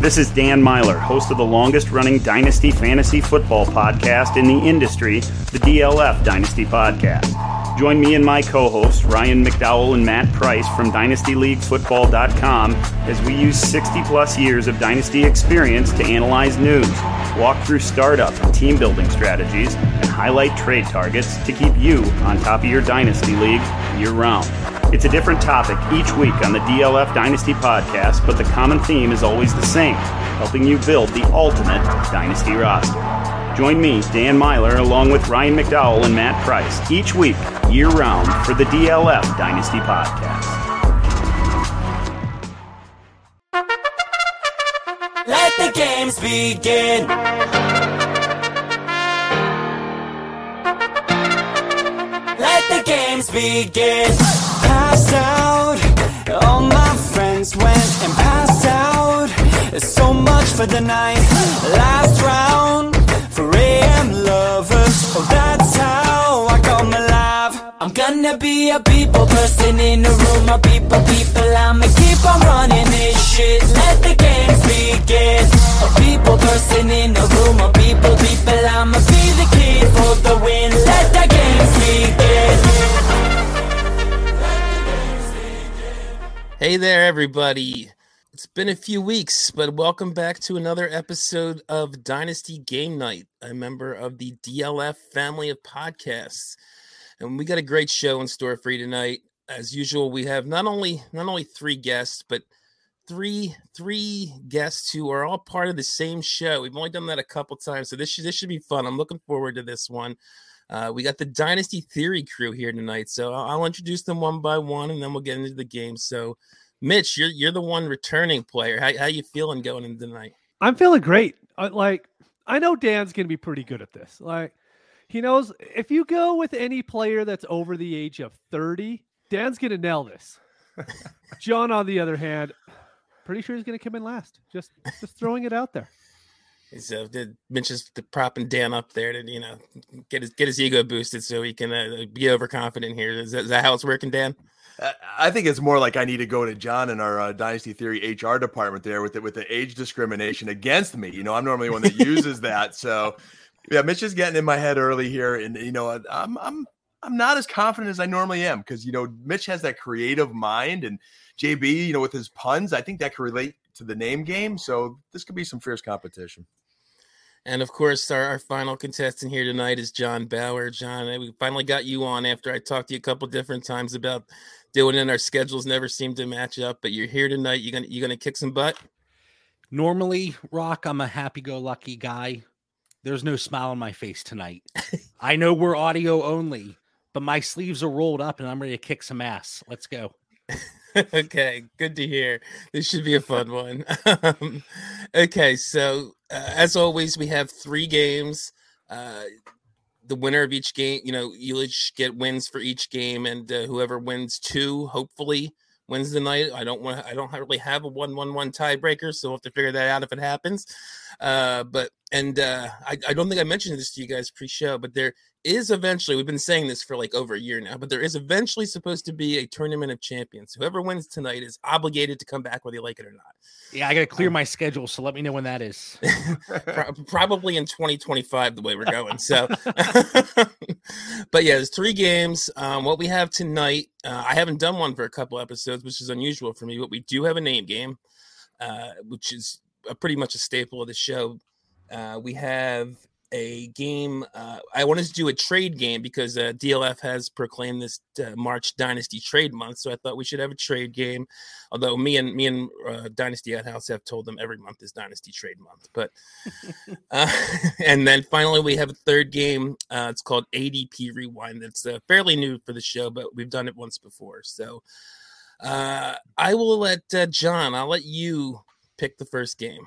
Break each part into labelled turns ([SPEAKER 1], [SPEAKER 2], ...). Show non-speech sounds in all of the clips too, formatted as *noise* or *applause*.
[SPEAKER 1] This is Dan Myler, host of the longest running Dynasty Fantasy Football podcast in the industry, the DLF Dynasty Podcast. Join me and my co hosts, Ryan McDowell and Matt Price from DynastyLeagueFootball.com, as we use 60 plus years of Dynasty experience to analyze news, walk through startup and team building strategies, and highlight trade targets to keep you on top of your Dynasty League year round. It's a different topic each week on the DLF Dynasty podcast, but the common theme is always the same helping you build the ultimate Dynasty roster. Join me, Dan Myler, along with Ryan McDowell and Matt Price, each week, year round, for the DLF Dynasty podcast.
[SPEAKER 2] Let the games begin. Let the games begin. Passed out, all my friends went and passed out. So much for the night. Last round for AM lovers. Oh, that's how I come alive. I'm gonna be a people person in a room of people, people. I'ma keep on running this shit. Let the games begin. A people person in a room of people, people. I'ma be the kid for the win. Let the games begin.
[SPEAKER 3] Hey there, everybody. It's been a few weeks, but welcome back to another episode of Dynasty Game Night, a member of the DLF family of podcasts. And we got a great show in store for you tonight. As usual, we have not only not only three guests, but three three guests who are all part of the same show. We've only done that a couple times, so this should, this should be fun. I'm looking forward to this one. Uh, we got the Dynasty Theory crew here tonight, so I'll, I'll introduce them one by one, and then we'll get into the game. So, Mitch, you're you're the one returning player. How how you feeling going into tonight?
[SPEAKER 4] I'm feeling great. I, like I know Dan's gonna be pretty good at this. Like he knows if you go with any player that's over the age of 30, Dan's gonna nail
[SPEAKER 5] *laughs*
[SPEAKER 4] this. John, on the other hand, pretty sure he's gonna come in last. Just just throwing it out there.
[SPEAKER 3] So did Mitch is the propping Dan up there to you know get his get his ego boosted so he can uh, be overconfident here. Is that, is that how it's working, Dan?
[SPEAKER 6] I- I think it's more like I need to go to John in our uh, Dynasty Theory HR department there with the, with the age discrimination against me. You know, I'm normally *laughs* one that uses that. So, yeah, Mitch is getting in my head early here, and you know, I- I'm I'm I'm not as confident as I normally am because you know Mitch has that creative mind, and JB, you know, with his puns, I think that can relate to the name game. So this could be some fierce competition.
[SPEAKER 3] And of course, our, our final contestant here tonight is John Bauer. John, eh, we finally got you on after I talked to you a couple different times about doing it. and Our schedules never seem to match up, but you're here tonight. You're gonna you're gonna kick some butt.
[SPEAKER 5] Normally, Rock, I'm a happy go lucky guy. There's no smile on my face
[SPEAKER 3] *laughs*
[SPEAKER 5] tonight. I know we're audio only, but my sleeves are rolled up and I'm ready to kick some ass. Let's go.
[SPEAKER 3] *laughs* okay, good to hear. This should be a fun one. *laughs* Um, okay, so uh, as always, we have three games. Uh, the winner of each game, you know, you each get wins for each game, and uh, whoever wins two, hopefully, wins the night. I don't want. I don't ha- really have a one-one-one tiebreaker, so we'll have to figure that out if it happens. Uh, but and uh, I, I don't think I mentioned this to you guys pre-show, but there is eventually we've been saying this for like over a year now, but there is eventually supposed to be a tournament of champions. Whoever wins tonight is obligated to come back whether you like it or not.
[SPEAKER 5] Yeah, I got to
[SPEAKER 3] Oh.
[SPEAKER 5] clear my schedule, so let me know when
[SPEAKER 3] *laughs*
[SPEAKER 5] that is.
[SPEAKER 3] Pro- probably in 2025 the way we're going. So *laughs* but yeah, there's three games. Um, what we have tonight, uh, I haven't done one for a couple episodes, which is unusual for me, but we do have a name game, uh, which is a, pretty much a staple of the show. Uh, we have a game. Uh, I wanted to do a trade game because uh, DLF has proclaimed this uh, March Dynasty Trade Month, so I thought we should have a trade game. Although me and me and uh, Dynasty at House have told them every month is Dynasty Trade Month, but uh, *laughs* and then finally we have a third game. Uh, it's called ADP Rewind. That's uh, fairly new for the show, but we've done it once before. So uh, I will let uh, John. I'll let you pick the first game.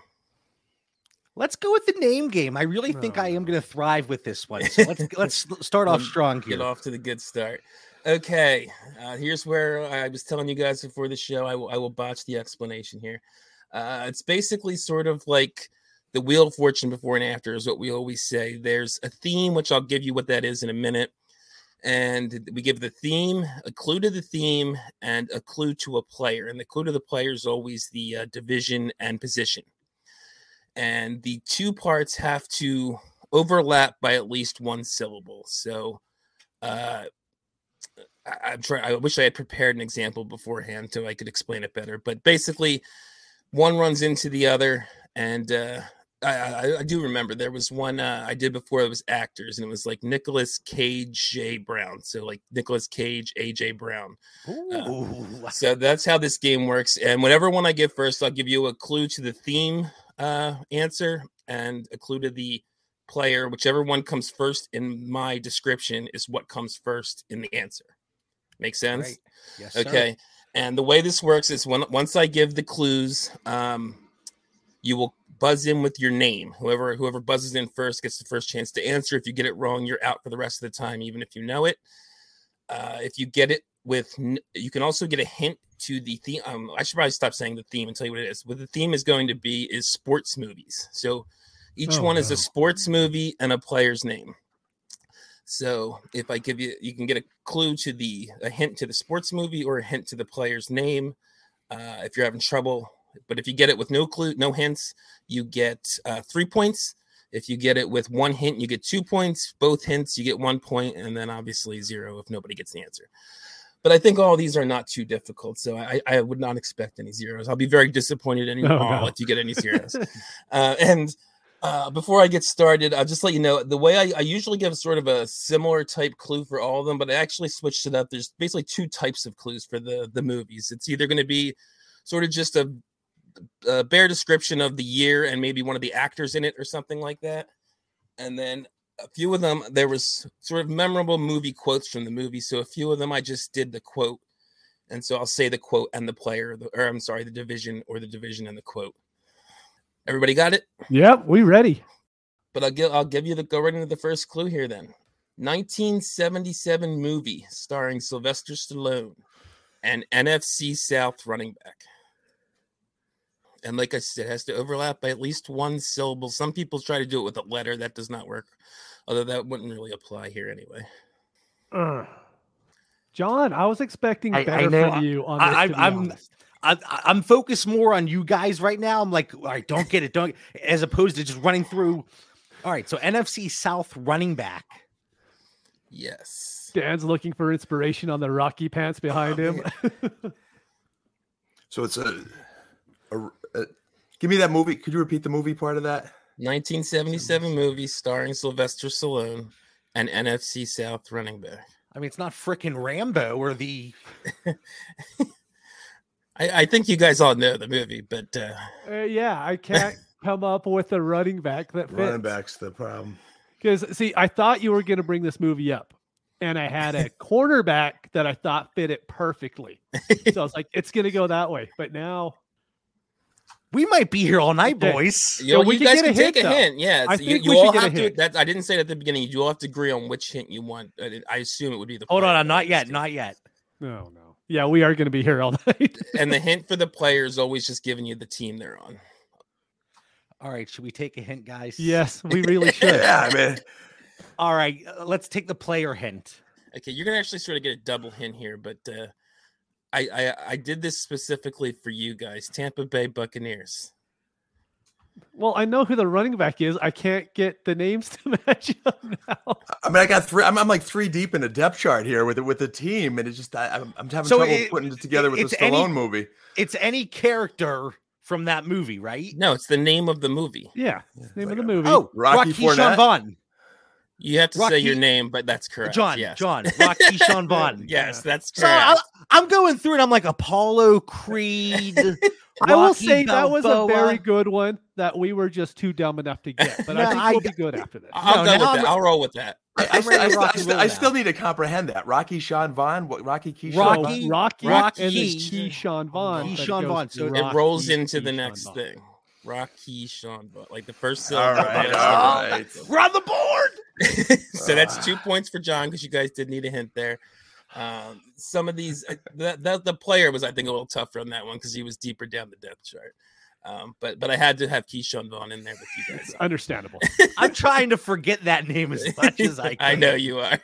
[SPEAKER 5] Let's go with the name game. I really think I
[SPEAKER 3] Uh.
[SPEAKER 5] am going to thrive with this one. So let's let's
[SPEAKER 3] *laughs*
[SPEAKER 5] s- start off
[SPEAKER 3] Let-
[SPEAKER 5] strong
[SPEAKER 3] Get
[SPEAKER 5] here.
[SPEAKER 3] off to the good start. Okay, uh, here's where I was telling you guys before the show. I will I will botch the explanation here. Uh, it's basically sort of like the wheel of fortune before and after is what we always say. There's a theme, which I'll give you what that is in a minute, and we give the theme, a clue to the theme, and a clue to a player. And the clue to the player is always the uh, division and position. and the two parts have to overlap by at least one syllable. So, uh, I, I'm trying. I wish I had prepared an example beforehand so I could explain it better. But basically, one runs into the other, and uh, I, I, I do remember there was one uh, I did before. It was actors, and it was like Nicholas Cage J Brown. So like Nicholas Cage AJ Brown.
[SPEAKER 5] Ooh.
[SPEAKER 3] *laughs* So that's how this game works. And whatever one I give first, I'll give you a clue to the theme uh, answer and a clue to the player. Whichever one comes first in my description is what comes first in the answer. Make sense?
[SPEAKER 5] Great. Yes, sir.
[SPEAKER 3] Okay. And the way this works is when once I give the clues, um, you will buzz in with your name. Whoever whoever buzzes in first gets the first chance to answer. If you get it wrong, you're out for the rest of the time, even if you know it. Uh, if you get it with, n- you can also get a hint to the theme. Um, I should probably stop saying the theme and tell you what it is. What the theme is going to be is sports movies. So each
[SPEAKER 4] Oh,
[SPEAKER 3] one is
[SPEAKER 4] no.
[SPEAKER 3] a sports movie and a player's name. So if I give you, you can get a clue to the a hint to the sports movie or a hint to the player's name. Uh, if you're having trouble, but if you get it with no clue, no hints, you get uh, three points. If you get it with one hint, you get two points. Both hints, you get one point, and then obviously zero if nobody gets the answer. But I think all these are not too difficult, so I, I would not expect any zeros. I'll be very disappointed in you
[SPEAKER 4] *laughs* Oh,
[SPEAKER 3] all
[SPEAKER 4] no.
[SPEAKER 3] if you get any
[SPEAKER 4] *laughs*
[SPEAKER 3] zeros. uh, and uh, before I get started, I'll just let you know the way I, I usually give sort of a similar type clue for all of them, but I actually switched it up. There's basically two types of clues for the the movies. It's either going to be sort of just a, a bare description of the year and maybe one of the actors in it or something like that. And then a few of them, there was sort of memorable movie quotes from the movie. So a few of them, I just did the quote, and so I'll say the quote and the player, the- or I'm sorry, the division or the division and the quote. Everybody got it?
[SPEAKER 4] Yep, we ready.
[SPEAKER 3] but I'll give I'll give you the go right into the first clue here then. 1977 movie starring Sylvester Stallone and NFC South running back. And like I said, it has to overlap by at least one syllable. Some people try to do it with a letter. That does not work. Although that wouldn't really apply here anyway.
[SPEAKER 4] Ugh. John, I was expecting
[SPEAKER 5] I- I
[SPEAKER 4] better
[SPEAKER 5] know.
[SPEAKER 4] from you on
[SPEAKER 5] I-
[SPEAKER 4] this.
[SPEAKER 5] I-
[SPEAKER 4] to be
[SPEAKER 5] I'm-
[SPEAKER 4] honest.
[SPEAKER 5] I, I- I'm focused more on you guys right now. I'm like, all right, don't get it, don't, as opposed to just running through. All right, so NFC South running back.
[SPEAKER 3] Yes.
[SPEAKER 4] Dan's looking for inspiration on the Rocky pants behind
[SPEAKER 5] *laughs*
[SPEAKER 4] him.
[SPEAKER 6] So it's a, a, a- give me that movie. Could you repeat the movie part of that?
[SPEAKER 3] 1977 movie starring Sylvester Stallone and NFC South running back.
[SPEAKER 5] I mean, it's not freaking Rambo or the.
[SPEAKER 3] I, I think you guys all know the movie, but uh,
[SPEAKER 4] Uh, yeah, I
[SPEAKER 5] *laughs*
[SPEAKER 4] can't come up with a running back that fits.
[SPEAKER 6] Running back's the problem.
[SPEAKER 4] Because see, I thought you were going to bring this movie up, and I had
[SPEAKER 5] *laughs*
[SPEAKER 4] a cornerback that I thought fit it perfectly. So I was like, it's going to go that way. But now
[SPEAKER 5] We might be here all night,
[SPEAKER 4] Okay.
[SPEAKER 5] boys.
[SPEAKER 3] Yeah,
[SPEAKER 4] So
[SPEAKER 3] well,
[SPEAKER 4] we
[SPEAKER 3] you
[SPEAKER 4] could
[SPEAKER 3] guys
[SPEAKER 4] get
[SPEAKER 3] can
[SPEAKER 4] a
[SPEAKER 3] take
[SPEAKER 4] hint,
[SPEAKER 3] a
[SPEAKER 4] though.
[SPEAKER 3] hint. Yeah,
[SPEAKER 4] I
[SPEAKER 3] so you,
[SPEAKER 4] think
[SPEAKER 3] you
[SPEAKER 4] we should
[SPEAKER 3] all
[SPEAKER 4] get a
[SPEAKER 3] have to.
[SPEAKER 4] hint.
[SPEAKER 3] That I didn't say it at the beginning. You all have to agree on which hint you want. I, I assume it would be the.
[SPEAKER 5] Hold on,
[SPEAKER 3] player,
[SPEAKER 5] I'm not yet,
[SPEAKER 3] obviously.
[SPEAKER 5] not yet.
[SPEAKER 4] No, no. Yeah, we are going to be here all *laughs* night.
[SPEAKER 3] And the hint for the player is always just giving you the team they're on.
[SPEAKER 5] All right, should we take a hint, guys?
[SPEAKER 4] yes, we
[SPEAKER 5] *laughs*
[SPEAKER 4] really should.
[SPEAKER 6] Yeah, I mean,
[SPEAKER 5] All right, uh, let's take the player hint.
[SPEAKER 3] Okay, you're gonna actually sort of get a double hint here, but uh, I, I I did this specifically for you guys, Tampa Bay Buccaneers.
[SPEAKER 4] Well, I know who the running back is. I can't get the names to *laughs* match up now.
[SPEAKER 6] I mean, I got three. I'm, I'm like three deep in a depth chart here with the- with the team, and it's just I, I'm, I'm having
[SPEAKER 5] So
[SPEAKER 6] trouble
[SPEAKER 5] it-
[SPEAKER 6] putting it together with
[SPEAKER 5] it's
[SPEAKER 6] the
[SPEAKER 5] any-
[SPEAKER 6] Stallone movie.
[SPEAKER 5] It's any character from that movie, right?
[SPEAKER 3] No, it's the name of the movie.
[SPEAKER 4] Yeah, it's the name of the movie.
[SPEAKER 5] Oh, Rocky,
[SPEAKER 6] Rocky
[SPEAKER 5] Sean
[SPEAKER 6] Fournette?
[SPEAKER 5] Vaughn,
[SPEAKER 3] You have to say your
[SPEAKER 5] Rocky-
[SPEAKER 3] name, but that's correct.
[SPEAKER 5] John,
[SPEAKER 3] yes. *laughs*
[SPEAKER 5] John, Rocky Sean Vaughn.
[SPEAKER 3] Yes, that's
[SPEAKER 5] So
[SPEAKER 3] correct.
[SPEAKER 5] I, I'm going through and I'm like Apollo *laughs* Creed.
[SPEAKER 4] I will
[SPEAKER 5] Rocky
[SPEAKER 4] say that was a
[SPEAKER 5] Balboa.
[SPEAKER 4] very good one that we were just too dumb enough to get, but
[SPEAKER 5] No,
[SPEAKER 4] I think
[SPEAKER 5] I-
[SPEAKER 4] we'll be good after this.
[SPEAKER 3] I'll go
[SPEAKER 5] No, now
[SPEAKER 3] with
[SPEAKER 5] I'm-
[SPEAKER 3] that. I'll roll with that.
[SPEAKER 6] I, I
[SPEAKER 5] I'm
[SPEAKER 6] st-
[SPEAKER 5] ready
[SPEAKER 6] I,
[SPEAKER 5] to
[SPEAKER 6] st-
[SPEAKER 5] rock
[SPEAKER 6] I
[SPEAKER 5] and
[SPEAKER 6] st-
[SPEAKER 5] roll
[SPEAKER 6] I
[SPEAKER 5] now.
[SPEAKER 6] still need to comprehend that. Rocky Sean Vaughn, what Rocky Keyshawn.
[SPEAKER 4] So,
[SPEAKER 5] Rocky-
[SPEAKER 4] Rocky,
[SPEAKER 5] Rocky-
[SPEAKER 4] and then Keyshawn Vaughn. but it
[SPEAKER 5] Keyshawn
[SPEAKER 4] goes
[SPEAKER 5] Vaughn, so it
[SPEAKER 3] it
[SPEAKER 4] Rocky,
[SPEAKER 3] rolls into the
[SPEAKER 4] Keyshawn
[SPEAKER 3] next
[SPEAKER 4] Vaughn.
[SPEAKER 3] thing. Rocky Sean, Vaughn, like the first syllable. of
[SPEAKER 6] All
[SPEAKER 3] the
[SPEAKER 6] right,
[SPEAKER 3] first
[SPEAKER 6] all Ah.
[SPEAKER 3] syllable.
[SPEAKER 6] right.
[SPEAKER 5] We're on the board.
[SPEAKER 3] *laughs* so that's two points for John because you guys did need a hint there. Um, some of these, uh, the, the the player was I think a little tougher on that one because he was deeper down the depth chart. Um, but but I had to have Keyshawn Vaughn in there with you guys.
[SPEAKER 4] It's understandable.
[SPEAKER 5] I'm trying to forget that name *laughs* as much as I can.
[SPEAKER 3] know you are.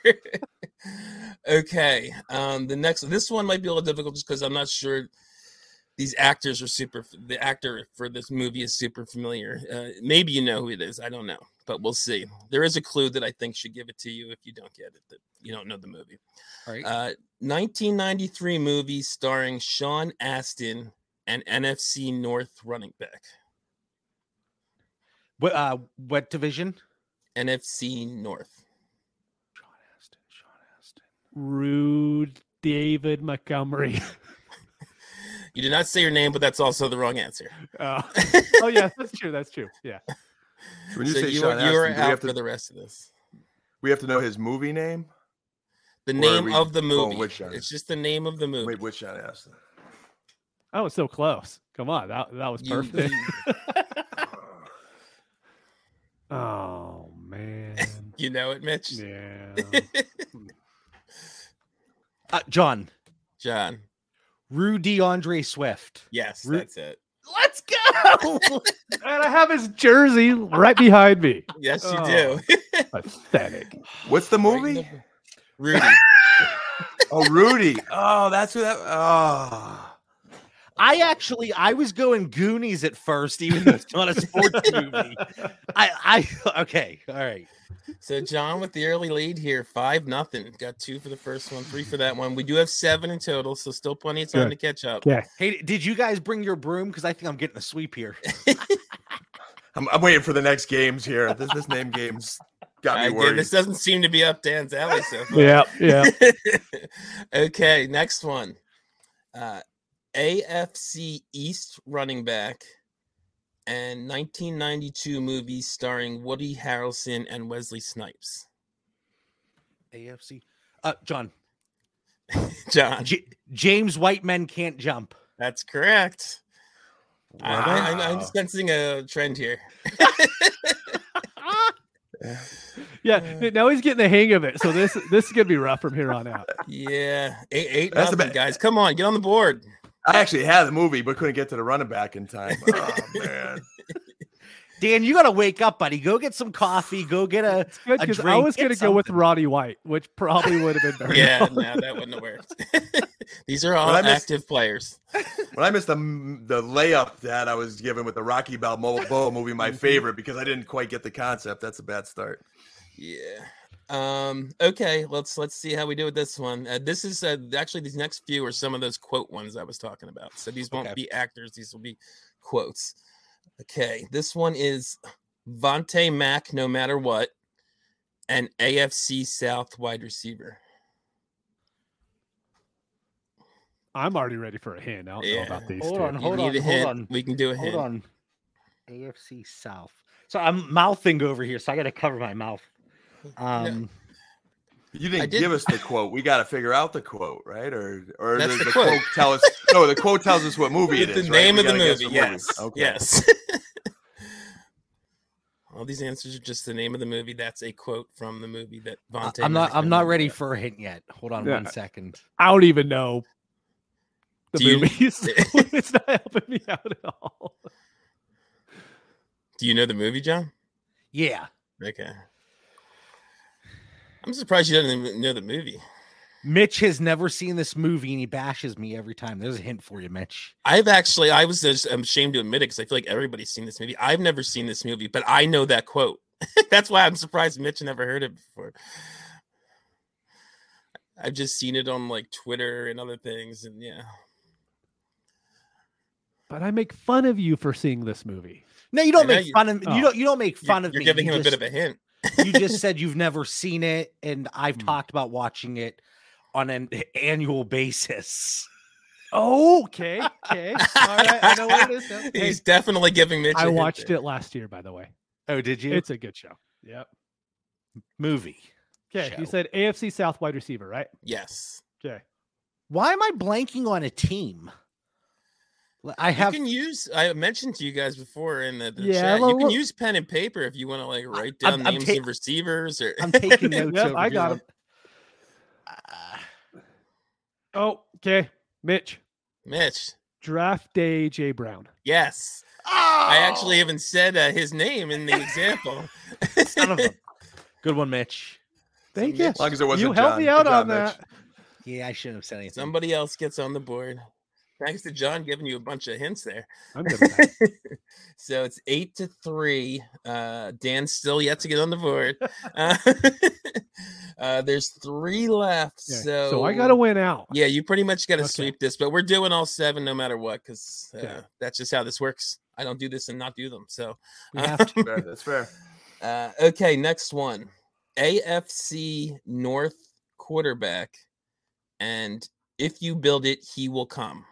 [SPEAKER 3] *laughs* okay. Um, the next this one might be a little difficult just because I'm not sure. these actors are super. The actor for this movie is super familiar. Uh, maybe you know who it is. I don't know, but we'll see. There is a clue that I think should give it to you if you don't get it. That you don't know the movie.
[SPEAKER 5] All right.
[SPEAKER 3] Uh, 1993 movie starring Sean Astin and NFC North running back.
[SPEAKER 5] what uh, what division?
[SPEAKER 3] NFC North.
[SPEAKER 5] Sean Aston. Sean Aston.
[SPEAKER 4] Rude David
[SPEAKER 5] *laughs*
[SPEAKER 4] Montgomery. *laughs*
[SPEAKER 3] You did not say your name, but that's also the wrong answer.
[SPEAKER 5] *laughs*
[SPEAKER 4] Uh, oh yeah, that's true. That's true. Yeah.
[SPEAKER 6] When you
[SPEAKER 3] so
[SPEAKER 6] say
[SPEAKER 3] you,
[SPEAKER 6] Sean
[SPEAKER 3] are, you are
[SPEAKER 6] Astin, do we
[SPEAKER 3] out
[SPEAKER 6] have
[SPEAKER 3] for
[SPEAKER 6] to
[SPEAKER 3] the rest of this.
[SPEAKER 6] we have to know his movie name?
[SPEAKER 3] The
[SPEAKER 6] Or are
[SPEAKER 3] name
[SPEAKER 6] we
[SPEAKER 3] of the
[SPEAKER 6] going
[SPEAKER 3] movie.
[SPEAKER 6] with Sean?
[SPEAKER 3] It's just the name of the movie.
[SPEAKER 6] Wait, which Sean Astin?
[SPEAKER 4] I was so close. Come on, that that was
[SPEAKER 3] You-
[SPEAKER 4] perfect.
[SPEAKER 3] you-
[SPEAKER 4] *laughs* oh
[SPEAKER 5] *laughs*
[SPEAKER 4] man.
[SPEAKER 3] you know it, Mitch.
[SPEAKER 4] Yeah.
[SPEAKER 5] Uh, John.
[SPEAKER 3] John.
[SPEAKER 5] Rue DeAndre Swift.
[SPEAKER 3] Yes,
[SPEAKER 5] Ru-
[SPEAKER 3] that's it.
[SPEAKER 5] Let's go. *laughs*
[SPEAKER 4] and I have his jersey right behind me.
[SPEAKER 3] Yes, you *laughs*
[SPEAKER 4] Oh.
[SPEAKER 3] do.
[SPEAKER 4] Pathetic.
[SPEAKER 6] What's the
[SPEAKER 3] Right in
[SPEAKER 6] movie?
[SPEAKER 3] the- Rudy.
[SPEAKER 6] *laughs* Oh, Rudy. Oh, that's who that. Oh,
[SPEAKER 5] I actually I was going Goonies at first, even though it's not a sports *laughs* movie. I I okay, all right.
[SPEAKER 3] So John with the early lead here, five nothing. Got two for the first one, three for that one. We do have seven in total, so still plenty of time
[SPEAKER 4] Good.
[SPEAKER 3] to catch up.
[SPEAKER 4] Yeah.
[SPEAKER 5] Hey, did you guys bring your broom? Because I think I'm getting a sweep *laughs* here.
[SPEAKER 6] I'm, I'm waiting for the next games here. This this name game's got me
[SPEAKER 3] Again,
[SPEAKER 6] worried.
[SPEAKER 3] this doesn't seem to be up Dan's alley
[SPEAKER 6] *laughs*
[SPEAKER 3] so far.
[SPEAKER 4] Yeah. Yeah.
[SPEAKER 3] *laughs* okay, next one. Uh, AFC East running back and 1992 movie starring Woody Harrelson and Wesley Snipes. *laughs*
[SPEAKER 5] AFC. Uh, John.
[SPEAKER 3] John,
[SPEAKER 5] J- James White men can't jump.
[SPEAKER 3] that's correct. I- I, I, I'm
[SPEAKER 6] Wow.
[SPEAKER 3] sensing a trend here.
[SPEAKER 4] *laughs* Yeah. n- Now he's getting the hang of it. So this this is gonna be rough from here on out.
[SPEAKER 3] Yeah, eight, eight
[SPEAKER 6] That's the
[SPEAKER 3] nothing,
[SPEAKER 6] be-
[SPEAKER 3] guys. Come on, get on the
[SPEAKER 6] *laughs*
[SPEAKER 3] board.
[SPEAKER 6] I actually had the movie, but couldn't get to the running back in time. Oh man,
[SPEAKER 5] Dan, you gotta wake up, buddy. Go get some coffee. Go get a.
[SPEAKER 4] It's good
[SPEAKER 5] A
[SPEAKER 4] because I
[SPEAKER 5] drink,
[SPEAKER 4] was
[SPEAKER 5] get
[SPEAKER 4] gonna go with
[SPEAKER 5] something.
[SPEAKER 4] Roddy White, which probably would have been better.
[SPEAKER 3] Yeah, no, that wouldn't have worked. *laughs* These are all
[SPEAKER 6] Well, I missed-
[SPEAKER 3] active players.
[SPEAKER 6] when I missed the the layup that I was given with the Rocky Balboa movie, my
[SPEAKER 3] Mm-hmm.
[SPEAKER 6] favorite because I didn't quite get the concept. That's a bad start.
[SPEAKER 3] Yeah. Um. Okay. Let's let's see how we do with this one. Uh, this is uh, actually these next few are some of those quote ones I was talking about. So these won't
[SPEAKER 5] Okay.
[SPEAKER 3] be actors. These will be quotes. Okay. This one is Vontae Mack, no matter what, and AFC South wide receiver.
[SPEAKER 4] I'm already ready for a hand. I don't
[SPEAKER 3] Yeah.
[SPEAKER 4] know about these.
[SPEAKER 5] Hold
[SPEAKER 4] two.
[SPEAKER 5] on,
[SPEAKER 3] You
[SPEAKER 5] hold
[SPEAKER 3] need a
[SPEAKER 5] hold
[SPEAKER 3] hint.
[SPEAKER 5] on,
[SPEAKER 3] We can do a
[SPEAKER 5] Hold
[SPEAKER 3] hint.
[SPEAKER 5] on. AFC South. So I'm mouthing over here, so I gotta cover
[SPEAKER 3] *laughs*
[SPEAKER 5] my mouth. Um,
[SPEAKER 6] You didn't
[SPEAKER 3] did-
[SPEAKER 6] give us the quote. We got to figure out the quote, right? Or or
[SPEAKER 3] That's
[SPEAKER 6] does
[SPEAKER 3] the
[SPEAKER 6] the,
[SPEAKER 3] quote.
[SPEAKER 6] quote. tell us? No, the quote tells us what movie it
[SPEAKER 3] It's
[SPEAKER 6] is.
[SPEAKER 3] the
[SPEAKER 6] right?
[SPEAKER 3] name
[SPEAKER 6] We
[SPEAKER 3] of the
[SPEAKER 6] gotta guess
[SPEAKER 3] movie. Yes.
[SPEAKER 6] Okay.
[SPEAKER 3] Yes. *laughs* All these answers are just the name of the movie. That's a quote from the movie that
[SPEAKER 5] I-
[SPEAKER 3] Vontae.
[SPEAKER 5] I'm not.
[SPEAKER 3] Mack
[SPEAKER 5] I'm
[SPEAKER 3] had
[SPEAKER 5] not
[SPEAKER 3] made
[SPEAKER 5] ready
[SPEAKER 3] up.
[SPEAKER 5] for a hint yet. Hold on
[SPEAKER 4] Yeah.
[SPEAKER 5] one second.
[SPEAKER 4] I don't even know the
[SPEAKER 3] Do you- *laughs*
[SPEAKER 4] movies. *laughs* so it's not helping me out at all.
[SPEAKER 3] Do you know the movie, John?
[SPEAKER 5] Yeah.
[SPEAKER 3] Okay. I'm surprised you didn't even know the movie.
[SPEAKER 5] Mitch has never seen this movie and he bashes me every time. There's a hint for you, Mitch.
[SPEAKER 3] I've actually, I was just I'm ashamed to admit it because I feel like everybody's seen this movie. I've never seen this movie, but I know that quote. *laughs* That's why I'm surprised Mitch never heard it before. I've just seen it on like Twitter and other things, and yeah.
[SPEAKER 4] But I make fun of you for seeing this movie.
[SPEAKER 5] No, you don't
[SPEAKER 3] know
[SPEAKER 5] make
[SPEAKER 3] you-
[SPEAKER 5] fun of
[SPEAKER 4] Oh.
[SPEAKER 5] you don't you don't make
[SPEAKER 3] You're-
[SPEAKER 5] fun of
[SPEAKER 3] you're
[SPEAKER 5] me.
[SPEAKER 3] giving
[SPEAKER 5] you
[SPEAKER 3] him
[SPEAKER 5] just,
[SPEAKER 3] a bit of a hint.
[SPEAKER 5] you just said you've never seen it, and I've
[SPEAKER 4] Hmm.
[SPEAKER 5] talked about watching it on an annual basis.
[SPEAKER 4] Okay. Okay. *laughs* All right. I know what it
[SPEAKER 3] *laughs*
[SPEAKER 4] is. now. Hey,
[SPEAKER 3] He's definitely giving Mitch. a
[SPEAKER 4] I
[SPEAKER 3] hint
[SPEAKER 4] watched
[SPEAKER 3] there.
[SPEAKER 4] it last year, by the way.
[SPEAKER 5] Oh, did you?
[SPEAKER 4] It's a good show. Yep.
[SPEAKER 5] movie.
[SPEAKER 4] Okay. You
[SPEAKER 5] Show.
[SPEAKER 4] said AFC South wide receiver, right?
[SPEAKER 3] Yes,
[SPEAKER 4] Okay.
[SPEAKER 5] Why am I blanking on a team? L- I have
[SPEAKER 3] you can use. I mentioned to you guys before in the, the
[SPEAKER 4] Yeah,
[SPEAKER 3] chat. You
[SPEAKER 4] well,
[SPEAKER 3] can
[SPEAKER 4] look-
[SPEAKER 3] use pen and paper if you want to like write
[SPEAKER 5] I'm-
[SPEAKER 3] down
[SPEAKER 5] I'm
[SPEAKER 3] names
[SPEAKER 5] ta-
[SPEAKER 3] of receivers or.
[SPEAKER 5] *laughs* I'm taking notes.
[SPEAKER 4] Yep,
[SPEAKER 5] over
[SPEAKER 4] I
[SPEAKER 5] here.
[SPEAKER 4] got 'em.
[SPEAKER 5] Uh,
[SPEAKER 4] Oh, okay. Mitch,
[SPEAKER 3] *laughs* Mitch.
[SPEAKER 4] draft day Jay Brown.
[SPEAKER 3] Yes, I actually even said uh, his name in the example. Ah! *laughs*
[SPEAKER 5] son of a- good one, Mitch.
[SPEAKER 4] Thank you.
[SPEAKER 3] Mitch-
[SPEAKER 6] As long as it wasn't
[SPEAKER 4] You helped
[SPEAKER 6] John.
[SPEAKER 4] me
[SPEAKER 6] Good
[SPEAKER 4] out
[SPEAKER 6] job,
[SPEAKER 4] on
[SPEAKER 6] Mitch.
[SPEAKER 4] that.
[SPEAKER 5] Yeah, I shouldn't have said anything.
[SPEAKER 3] Somebody else gets on the board. Thanks to John giving you a bunch of hints there.
[SPEAKER 4] I'm good
[SPEAKER 3] *laughs*
[SPEAKER 4] with that.
[SPEAKER 3] So it's eight to three. Uh, Dan's still yet to get on the board. Uh, *laughs* uh, there's three left.
[SPEAKER 4] Yeah,
[SPEAKER 3] So,
[SPEAKER 4] so I got to win out.
[SPEAKER 3] Yeah, you pretty much got to
[SPEAKER 4] Okay.
[SPEAKER 3] sweep this, but we're doing all seven no matter what because uh,
[SPEAKER 4] Okay.
[SPEAKER 3] that's just how this works. I don't do this and not do them. So,
[SPEAKER 4] We
[SPEAKER 3] *laughs*
[SPEAKER 4] have to.
[SPEAKER 6] Fair, that's fair.
[SPEAKER 3] uh, okay, next one AFC North quarterback. And if you build it, he will come.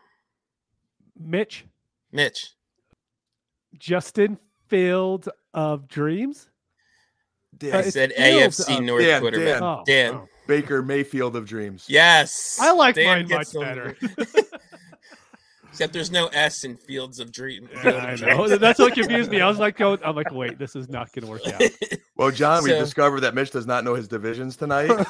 [SPEAKER 4] Mitch,
[SPEAKER 3] Mitch,
[SPEAKER 4] Justin Fields of Dreams.
[SPEAKER 6] Dan,
[SPEAKER 3] I
[SPEAKER 4] it's
[SPEAKER 3] said
[SPEAKER 4] Fields
[SPEAKER 3] AFC
[SPEAKER 4] of-
[SPEAKER 3] North
[SPEAKER 6] Dan,
[SPEAKER 3] quarterback.
[SPEAKER 6] Dan.
[SPEAKER 4] Oh,
[SPEAKER 3] Dan.
[SPEAKER 4] oh.
[SPEAKER 6] Baker Mayfield of dreams.
[SPEAKER 3] Yes.
[SPEAKER 4] I like
[SPEAKER 3] Dan
[SPEAKER 4] mine much
[SPEAKER 3] gets on
[SPEAKER 4] better.
[SPEAKER 3] board.
[SPEAKER 4] *laughs*
[SPEAKER 3] Except there's no S in Fields of Dream.
[SPEAKER 4] *laughs* I know. That's what confused me. I was like, going, I'm like, wait, this is not going to work out.
[SPEAKER 6] Well, John, we
[SPEAKER 3] So-
[SPEAKER 6] discovered that Mitch does not know his
[SPEAKER 3] *laughs*
[SPEAKER 6] divisions tonight. Uh,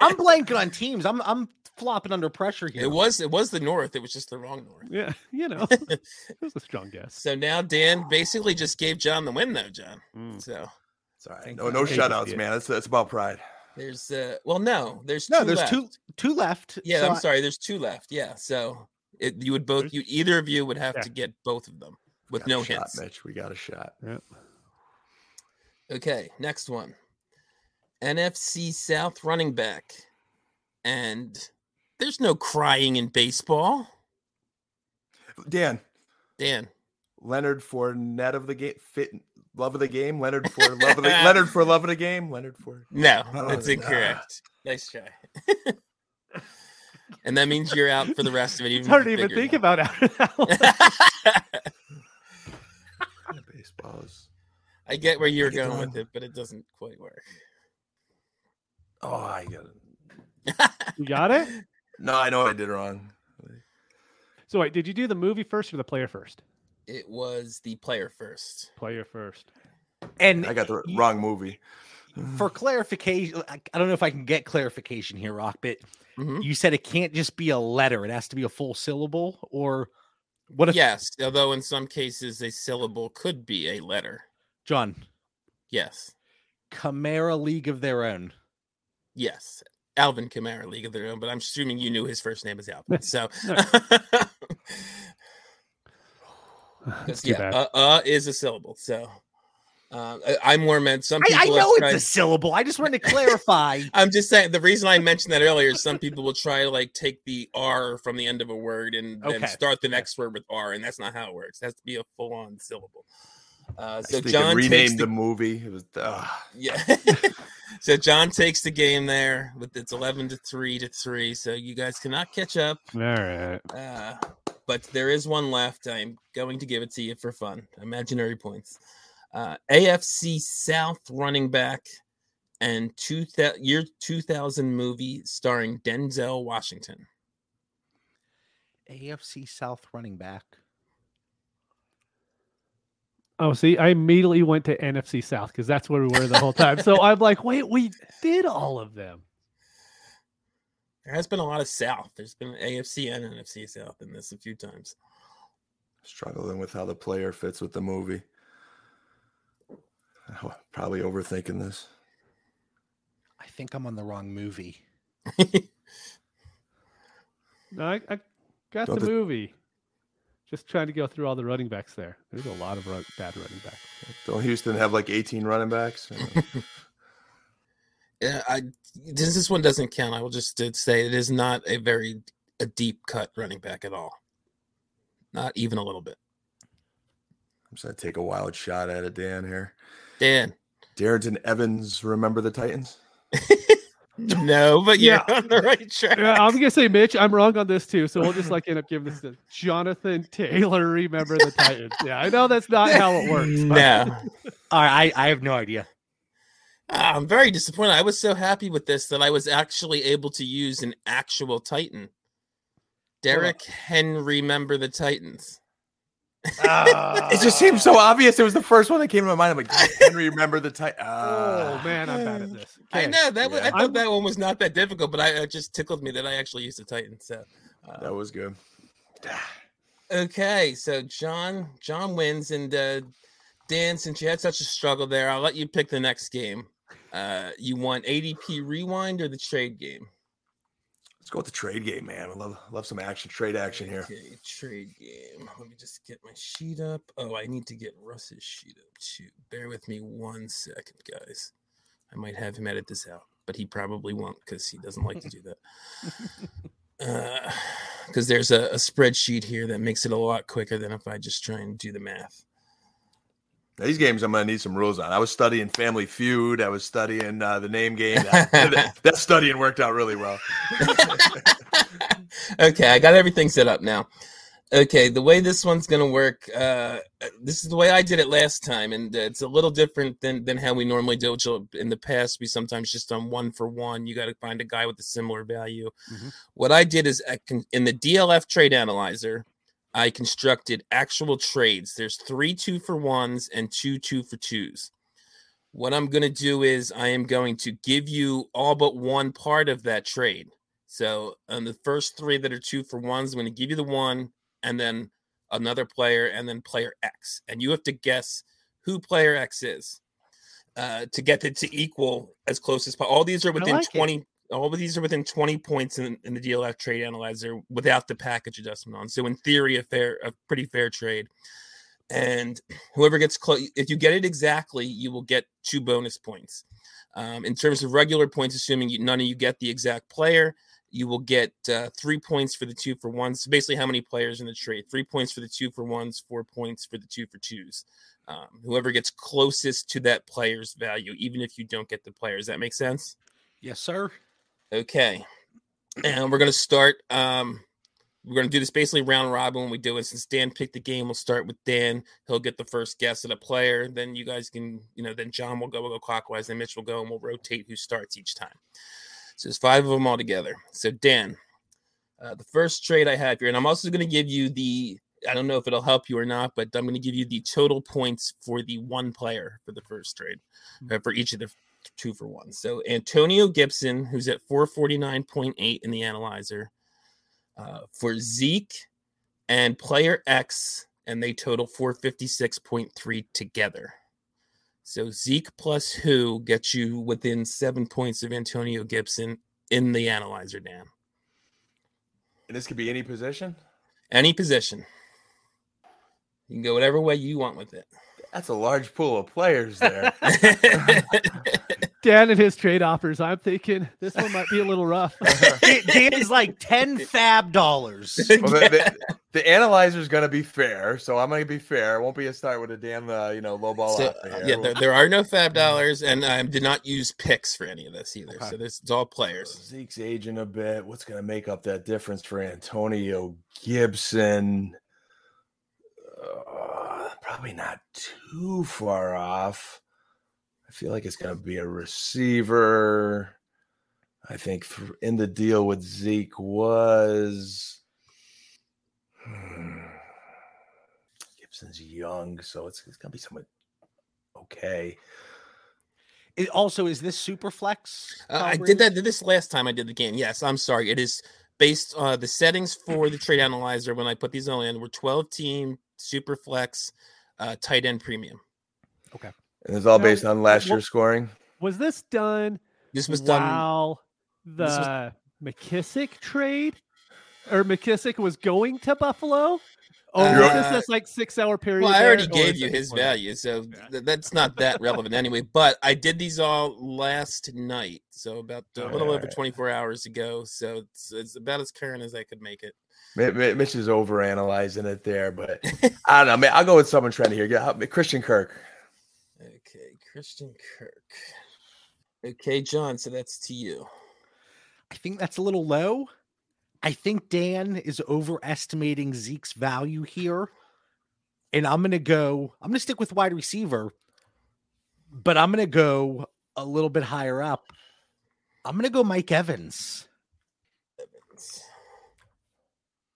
[SPEAKER 5] I'm blanking on teams. I'm I'm flopping under pressure here.
[SPEAKER 3] it was it was the North. It was just the wrong North.
[SPEAKER 4] Yeah, you know, *laughs* it was a strong guess.
[SPEAKER 3] So now Dan basically just gave John the win, though, John.
[SPEAKER 4] Mm.
[SPEAKER 3] So
[SPEAKER 6] it's all right.
[SPEAKER 5] Thank
[SPEAKER 6] No,
[SPEAKER 5] God.
[SPEAKER 6] no
[SPEAKER 4] Thank you,
[SPEAKER 6] shutouts,
[SPEAKER 4] Sid.
[SPEAKER 6] man. That's that's about pride.
[SPEAKER 3] there's uh well no there's
[SPEAKER 5] no,
[SPEAKER 3] two
[SPEAKER 5] there's
[SPEAKER 3] left.
[SPEAKER 5] two two left.
[SPEAKER 3] yeah
[SPEAKER 5] so
[SPEAKER 3] I'm
[SPEAKER 5] I-
[SPEAKER 3] sorry there's two left yeah so it, you would both you either of you would have
[SPEAKER 4] Yeah.
[SPEAKER 3] to get both of them with
[SPEAKER 6] Got a
[SPEAKER 3] no
[SPEAKER 6] shot,
[SPEAKER 3] hints.
[SPEAKER 6] Mitch. We got a shot.
[SPEAKER 3] Okay, next one. NFC South running back. And there's no crying in baseball.
[SPEAKER 6] Dan,
[SPEAKER 3] Dan.
[SPEAKER 6] Leonard Fournette of the game, fit love of
[SPEAKER 3] *laughs*
[SPEAKER 6] the game. Leonard for love of the Leonard for love of the game. Leonard for
[SPEAKER 3] No,
[SPEAKER 6] Oh,
[SPEAKER 3] that's
[SPEAKER 6] nah.
[SPEAKER 3] incorrect. Nice try. *laughs* and that means you're out for the rest of it.
[SPEAKER 4] It's
[SPEAKER 3] Even
[SPEAKER 4] hard
[SPEAKER 3] if
[SPEAKER 4] to
[SPEAKER 3] you
[SPEAKER 4] even
[SPEAKER 3] figure it
[SPEAKER 4] think about
[SPEAKER 3] *laughs*
[SPEAKER 4] out.
[SPEAKER 3] out.
[SPEAKER 6] baseballs.
[SPEAKER 3] I get where you're
[SPEAKER 6] Look at
[SPEAKER 3] going with
[SPEAKER 6] that.
[SPEAKER 3] it, but it doesn't quite work.
[SPEAKER 6] Oh, I got it.
[SPEAKER 4] You got it.
[SPEAKER 6] No, I know I did wrong.
[SPEAKER 4] So wait, did you do the movie first or the player first?
[SPEAKER 3] It was the player first.
[SPEAKER 4] Player first.
[SPEAKER 5] and
[SPEAKER 6] I got the
[SPEAKER 5] you-
[SPEAKER 6] wrong movie.
[SPEAKER 5] for clarification. I I don't know if I can get clarification here, Rock, but
[SPEAKER 3] Mhm.
[SPEAKER 5] you said it can't just be a letter; it has to be a full syllable. Or what if
[SPEAKER 3] Yes, although in some cases a syllable could be a letter.
[SPEAKER 5] John
[SPEAKER 3] Yes,
[SPEAKER 5] Chimera League of Their Own?
[SPEAKER 3] yes. Alvin Kamara, League of Their Own, but I'm assuming you knew his first name is Alvin.
[SPEAKER 4] *laughs*
[SPEAKER 3] So, *laughs*
[SPEAKER 4] No.
[SPEAKER 3] 'Cause,
[SPEAKER 4] That's too
[SPEAKER 3] yeah,
[SPEAKER 4] bad.
[SPEAKER 3] uh, uh is a syllable. So, uh, I, am more meant. Some
[SPEAKER 5] I,
[SPEAKER 3] people
[SPEAKER 5] I
[SPEAKER 3] have
[SPEAKER 5] know it's
[SPEAKER 3] tried-
[SPEAKER 5] a syllable. I just wanted to clarify.
[SPEAKER 3] I'm just saying the reason I mentioned that earlier is some people will try to like take the R from the end of a word and then
[SPEAKER 5] Okay,
[SPEAKER 3] start the next word with R, and that's not how it works. It has to be a full on syllable. Uh,
[SPEAKER 6] I
[SPEAKER 3] so
[SPEAKER 6] think it
[SPEAKER 3] John takes
[SPEAKER 6] renamed the
[SPEAKER 3] the,
[SPEAKER 6] movie. It was uh,
[SPEAKER 3] yeah. *laughs* so John takes the game there with it's eleven to three to three. So you guys cannot catch up.
[SPEAKER 4] *laughs* All right.
[SPEAKER 3] Uh, but there is one left. I'm going to give it to you for fun. Imaginary points. Uh, AFC South running back and two thou- year 2000 movie starring Denzel Washington.
[SPEAKER 5] AFC South running back.
[SPEAKER 4] Oh, see, I immediately went to NFC South because that's where we were the whole time. So I'm like, wait, we did all of them.
[SPEAKER 3] There has been a lot of South. There's been an AFC and NFC South in this a few times. *laughs*
[SPEAKER 6] struggling with how the player fits with the movie. Oh, Probably overthinking this.
[SPEAKER 5] I think I'm on the wrong movie.
[SPEAKER 4] No, I, I got
[SPEAKER 6] Well,
[SPEAKER 4] the
[SPEAKER 6] the-
[SPEAKER 4] movie. Just trying to go through all the running backs there. There's a lot of run, bad running backs.
[SPEAKER 6] Don't Houston have like 18
[SPEAKER 3] *laughs*
[SPEAKER 6] running backs?
[SPEAKER 3] Yeah, I, since this one doesn't count, I will just uh, say it is not a very a deep cut running back at all. Not even a little bit.
[SPEAKER 6] I'm just gonna take a wild shot at it, Dan. Here,
[SPEAKER 3] Dan.
[SPEAKER 6] Darrington Evans. Remember the Titans?
[SPEAKER 3] No, but
[SPEAKER 4] Yeah.
[SPEAKER 3] you're *laughs* on the right track.
[SPEAKER 4] Yeah, I'm gonna say Mitch. I'm wrong on this too, so we'll just like end up giving this to Jonathan Taylor. Remember the Titans? Yeah, I know that's not how it works. but- *laughs*
[SPEAKER 3] No.
[SPEAKER 5] All right, I, I have no idea.
[SPEAKER 3] Ah, I'm very disappointed. I was so happy with this that I was actually able to use an actual Titan. Derek Henry, remember the Titans.
[SPEAKER 6] it just seems so obvious. It was the first one that came to my mind. I'm like, Dan Henry, remember the Ah, Titans?
[SPEAKER 4] Oh man, I'm bad at this.
[SPEAKER 3] I know that was, I
[SPEAKER 6] yeah.
[SPEAKER 3] thought
[SPEAKER 4] I'm-
[SPEAKER 3] that one was not that difficult, but I it just tickled me that I actually used a Titan. So, uh,
[SPEAKER 6] that was good.
[SPEAKER 3] okay, so John John wins, and uh, Dan, since you had such a struggle there, I'll let you pick the next game. Uh, you want ADP Rewind or the trade game?
[SPEAKER 6] Let's go with the trade game, man. I love love some action, trade action here.
[SPEAKER 3] Okay, trade game. Let me just get my sheet up. Oh, I need to get Russ's sheet up too. Bear with me one second, guys. I might have him edit this out, but he probably won't because he doesn't like to do that. Because there's a, a spreadsheet here that makes it a lot quicker than if I just try and do the math.
[SPEAKER 6] Now, these games, I'm gonna need some rules on. I was studying Family Feud. I was studying uh, the name game. That, that, that studying worked out really well.
[SPEAKER 3] *laughs* okay, I got everything set up now. Okay, the way this one's gonna work, uh, this is the way I did it last time, and uh, it's a little different than than how we normally do. Which in the past we sometimes just done one for one. You got to find a guy with a similar value.
[SPEAKER 5] Mhm.
[SPEAKER 3] What I did is I con- in the DLF trade analyzer, I constructed actual trades. There's three two for ones and two two for twos. What I'm gonna do is I am going to give you all but one part of that trade. So on the first three that are two for ones, I'm going to give you the one and then another player and then player X. And you have to guess who player X is uh, to get it to equal as close as possible. All these are within
[SPEAKER 4] like it.
[SPEAKER 3] 20. All of these are within 20 points in, in the DLF trade analyzer without the package adjustment on. So in theory, a fair, a pretty fair trade. And whoever gets close, if you get it exactly, you will get two bonus points. Um, in terms of regular points, assuming you, none of you get the exact player, you will get uh, three points for the two for ones. So basically, how many players in the trade? Three points for the two for ones, four points for the two for twos. Um, whoever gets closest to that player's value, even if you don't get the player. Does that make sense?
[SPEAKER 5] Yes, sir.
[SPEAKER 3] Okay. And we're going to start. Um, we're going to do this basically round robin when we do it. Since Dan picked the game, we'll start with Dan. He'll get the first guess at a player. Then you guys can, you know, then John will go, we'll go clockwise. Then Mitch will go and we'll rotate who starts each time. So there's five of them all together. So, Dan, uh, the first trade I have here, and I'm also going to give you the, I don't know if it'll help you or not, but I'm going to give you the total points for the one player for the first trade, uh, for each of the two for one. So Antonio Gibson, who's at 449.8 in the analyzer, uh, for Zeke and player X, and they total 456.3 together. So Zeke plus who gets you within seven points of Antonio Gibson in the analyzer, Dan.
[SPEAKER 6] And this could be any position.
[SPEAKER 3] Any position. You can go whatever way you want with
[SPEAKER 6] That's a large pool of players there.
[SPEAKER 3] it.
[SPEAKER 4] Dan and his trade offers. I'm thinking this one might be a
[SPEAKER 3] *laughs*
[SPEAKER 4] little rough.
[SPEAKER 3] Uh-huh.
[SPEAKER 5] Dan- Dan is like 10 fab dollars.
[SPEAKER 3] *laughs*
[SPEAKER 6] Well, the, the, the analyzer is going to be fair, so I'm going to be fair. It won't be a start with a damn, uh, you know, low ball.
[SPEAKER 3] So,
[SPEAKER 6] out there.
[SPEAKER 3] yeah, there, there are no fab dollars, and I did not use picks for any of this either.
[SPEAKER 6] Okay.
[SPEAKER 3] So this it's all players.
[SPEAKER 6] Zeke's aging a bit. What's going to make up that difference for Antonio Gibson? Uh, probably not too far off. I feel like it's going to be a receiver. I think th- in the deal with Zeke was hmm, Gibson's young, so it's, it's going to be somewhat okay.
[SPEAKER 5] It also, is this super flex?
[SPEAKER 3] Uh, I
[SPEAKER 5] coverage?
[SPEAKER 3] did that did this last time I did the game. Yes, I'm sorry. It is based uh the settings for the trade analyzer when I put these all in were 12 team super flex uh tight end premium.
[SPEAKER 6] And it's all
[SPEAKER 4] Now,
[SPEAKER 6] based on last
[SPEAKER 4] what-
[SPEAKER 6] year's scoring.
[SPEAKER 4] Was this done
[SPEAKER 3] This was done
[SPEAKER 4] while the
[SPEAKER 3] this was-
[SPEAKER 4] McKissick trade or McKissick was going to Buffalo? Oh,
[SPEAKER 3] Uh,
[SPEAKER 4] was this this like six hour period?
[SPEAKER 3] Well, I
[SPEAKER 4] there,
[SPEAKER 3] already
[SPEAKER 4] or
[SPEAKER 3] gave
[SPEAKER 4] is
[SPEAKER 3] you
[SPEAKER 4] it
[SPEAKER 3] his
[SPEAKER 4] before that?
[SPEAKER 3] value, so th- that's not that relevant anyway. But I did these all last night, so about a
[SPEAKER 6] Alright,
[SPEAKER 3] little over
[SPEAKER 6] alright.
[SPEAKER 3] 24 hours ago. So it's, it's about as current as I could make it.
[SPEAKER 6] Mi- Mi- Mitch is over analyzing it there, but
[SPEAKER 3] *laughs*
[SPEAKER 6] I don't know. Man, I'll go with someone trying to hear. Yeah, Christian Kirk.
[SPEAKER 3] Okay, Christian Kirk. Okay, John, so that's to you.
[SPEAKER 5] I think that's a little low. I think Dan is overestimating Zeke's value here. And I'm going to go, I'm going to stick with wide receiver, but I'm going to go a little bit higher up. I'm going to go Mike Evans.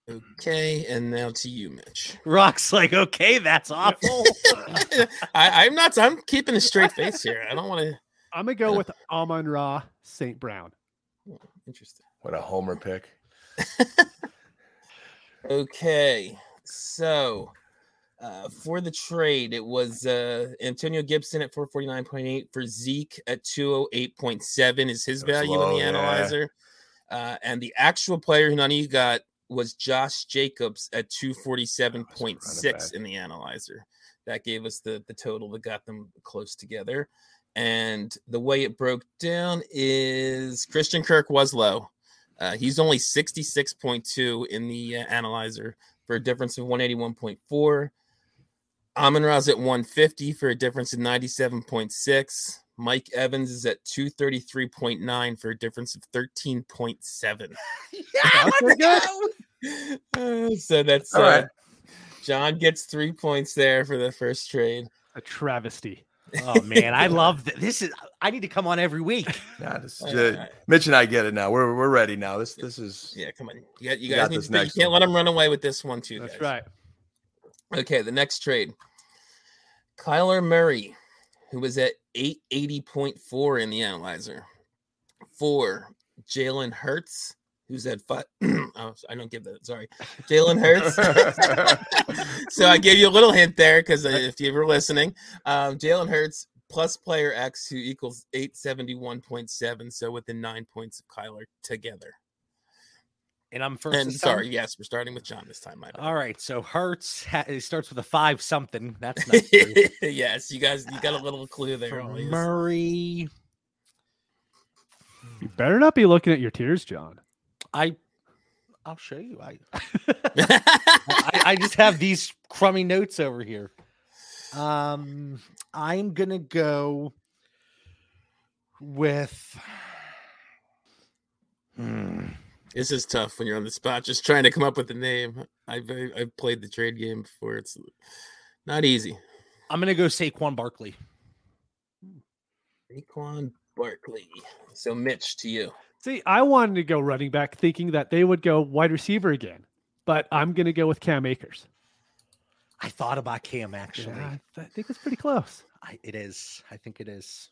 [SPEAKER 3] Okay, and now to you, Mitch. *laughs*
[SPEAKER 5] Rock's like, okay, that's awful.
[SPEAKER 3] I, I'm not, I'm keeping a straight face here. I don't want to.
[SPEAKER 4] I'm gonna go with Amon Ra St. Brown.
[SPEAKER 3] Interesting.
[SPEAKER 6] What a homer pick.
[SPEAKER 3] Okay, so uh, for the trade, it was uh, Antonio Gibson at 449.8 for Zeke at 208.7 is his
[SPEAKER 6] That was
[SPEAKER 3] value
[SPEAKER 6] low,
[SPEAKER 3] in the
[SPEAKER 6] yeah.
[SPEAKER 3] analyzer. Uh, and the actual player who none of you got was Josh Jacobs at 247.6 in the analyzer. That gave us the, the total that got them close together. And the way it broke down is Christian Kirk was low. Uh, he's only 66.2 in the uh, analyzer for a difference of 181.4. Amon Ra's at 150 for a difference of 97.6. Mike Evans is at 233.9 for a difference of 13.7.
[SPEAKER 5] *laughs* yeah, let's go.
[SPEAKER 3] Uh, *laughs* so that's
[SPEAKER 6] All right.
[SPEAKER 3] uh, John gets three points there for the first trade.
[SPEAKER 4] A travesty.
[SPEAKER 5] Oh man, *laughs* I love th- this. Is I need to come on every week.
[SPEAKER 6] Nah, this,
[SPEAKER 3] All
[SPEAKER 6] uh,
[SPEAKER 3] right.
[SPEAKER 6] Mitch and I get it now. We're we're ready now. This this is
[SPEAKER 3] Yeah, come on. You, got, you
[SPEAKER 6] You
[SPEAKER 3] guys
[SPEAKER 6] got
[SPEAKER 3] need
[SPEAKER 6] this
[SPEAKER 3] to, think-
[SPEAKER 6] next
[SPEAKER 3] you can't
[SPEAKER 6] one.
[SPEAKER 3] let him run away with this one, too.
[SPEAKER 4] That's
[SPEAKER 3] guys.
[SPEAKER 4] right.
[SPEAKER 3] Okay, the next trade. Kyler Murray, who was at 880.4 in the analyzer. Four, Jalen Hurts, who's at five. *clears throat* oh, I don't give that. Sorry. Jalen Hurts. *laughs* so I gave you a little hint there because if you were listening, um, Jalen Hurts plus player X, who equals 871.7. So within nine points of Kyler together.
[SPEAKER 5] And I'm first.
[SPEAKER 3] And
[SPEAKER 5] this time?
[SPEAKER 3] sorry, yes, we're starting with John this time. My bad.
[SPEAKER 5] All right. So Hertz ha- it starts with a five something. That's not
[SPEAKER 3] *laughs*
[SPEAKER 5] true.
[SPEAKER 3] yes, you guys, you got a little clue there.
[SPEAKER 5] For
[SPEAKER 3] all these.
[SPEAKER 5] *laughs* Murray,
[SPEAKER 4] You better not be looking at your tears, John.
[SPEAKER 5] I. I'll show you. I, I I just have these crummy notes over here. Um, I'm gonna go with. Hmm.
[SPEAKER 3] *laughs* this is tough when you're on the spot, just trying to come up with a name. I've I- I've played the trade game before. It's not easy.
[SPEAKER 5] I'm gonna go Saquon Barkley.
[SPEAKER 3] Raquan Barkley. So Mitch, to you.
[SPEAKER 4] See, I wanted to go running back thinking that they would go wide receiver again, but I'm going to go with Cam Akers.
[SPEAKER 5] I thought about Cam actually.
[SPEAKER 4] Yeah, I th- I think it's pretty close.
[SPEAKER 5] I, it is. I think it is.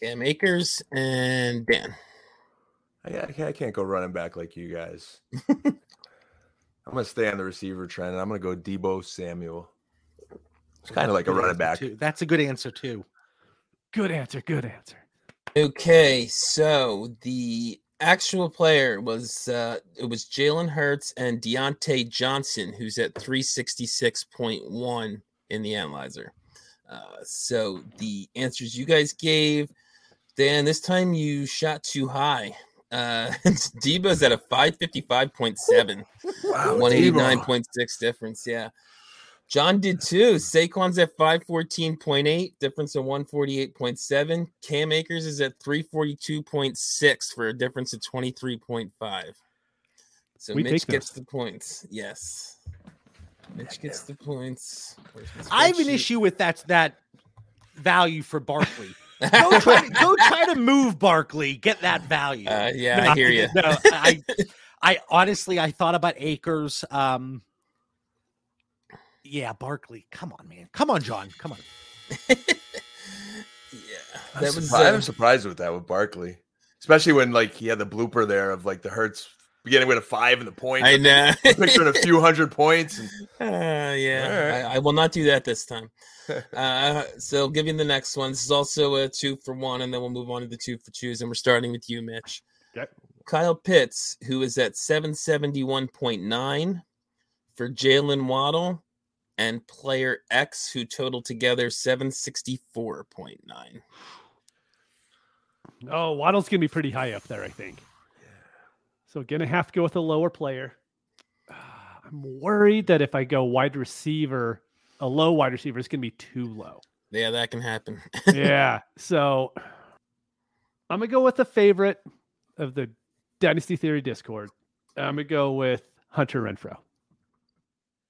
[SPEAKER 3] Cam Akers and Dan.
[SPEAKER 6] I, I can't- I can't go running back like you
[SPEAKER 3] *laughs*
[SPEAKER 6] guys. I'm gonna stay on the receiver trend, and I'm gonna go Debo Samuel. It's kind of like a
[SPEAKER 5] Good
[SPEAKER 6] running
[SPEAKER 5] answer,
[SPEAKER 6] back.
[SPEAKER 5] too. That's a good answer too.
[SPEAKER 4] Good answer. Good answer.
[SPEAKER 3] Okay, so the actual player was uh it was Jalen Hurts and Deontay Johnson, who's at 366.1 in the analyzer. Uh, so the answers you guys gave, Dan, this time you shot too high. Uh *laughs* Debo's at a 555.7.
[SPEAKER 6] Wow, Debo.
[SPEAKER 3] 189.6 difference. Yeah. John did too. Saquon's at 514.8, difference of 148.7. Cam Akers is at 342.6 for a difference of 23.5. So
[SPEAKER 4] We
[SPEAKER 3] Mitch
[SPEAKER 4] take
[SPEAKER 3] gets the points. Yes. Mitch gets the points. Where's my
[SPEAKER 5] I have an
[SPEAKER 3] spreadsheet?
[SPEAKER 5] issue with that that value for *laughs* Barkley.
[SPEAKER 3] *laughs*
[SPEAKER 5] go, try to, go try to move Barkley. Get that value.
[SPEAKER 3] Uh, yeah, I hear
[SPEAKER 5] *laughs*
[SPEAKER 3] you.
[SPEAKER 5] No, I,
[SPEAKER 3] *laughs*
[SPEAKER 5] I honestly, I thought about Acres. Um, yeah, Barkley. Come on, man. Come on, John. Come on.
[SPEAKER 3] Yeah.
[SPEAKER 6] I'm,
[SPEAKER 3] That was
[SPEAKER 6] surpri- I'm
[SPEAKER 3] uh,
[SPEAKER 6] surprised with that with Barkley, especially when like he had the blooper there of like the Hertz getting rid of five and the point.
[SPEAKER 3] uh, I
[SPEAKER 6] *laughs*
[SPEAKER 3] know.
[SPEAKER 6] picturing a few hundred points. And,
[SPEAKER 3] Uh,
[SPEAKER 6] All
[SPEAKER 3] yeah,
[SPEAKER 6] right.
[SPEAKER 3] I, I will not do that this
[SPEAKER 6] *laughs*
[SPEAKER 3] time. uh, so I'll give you the next one. This is also a two for one, and then we'll move on to the two for twos. And we're starting with you, Mitch.
[SPEAKER 4] Okay.
[SPEAKER 3] Kyle Pitts, who is at 771.9 for Jalen Waddle and player X, who total together 764.9.
[SPEAKER 4] Oh, Waddle's going to be pretty high up there, I think. So going to have to go with a lower player. Ah, I'm worried that if I go wide receiver, a low wide receiver is going to be too low.
[SPEAKER 3] Yeah, that can happen. *laughs*
[SPEAKER 4] yeah. So I'm going to go with the favorite of the Dynasty Theory Discord. I'm going to go with Hunter Renfro.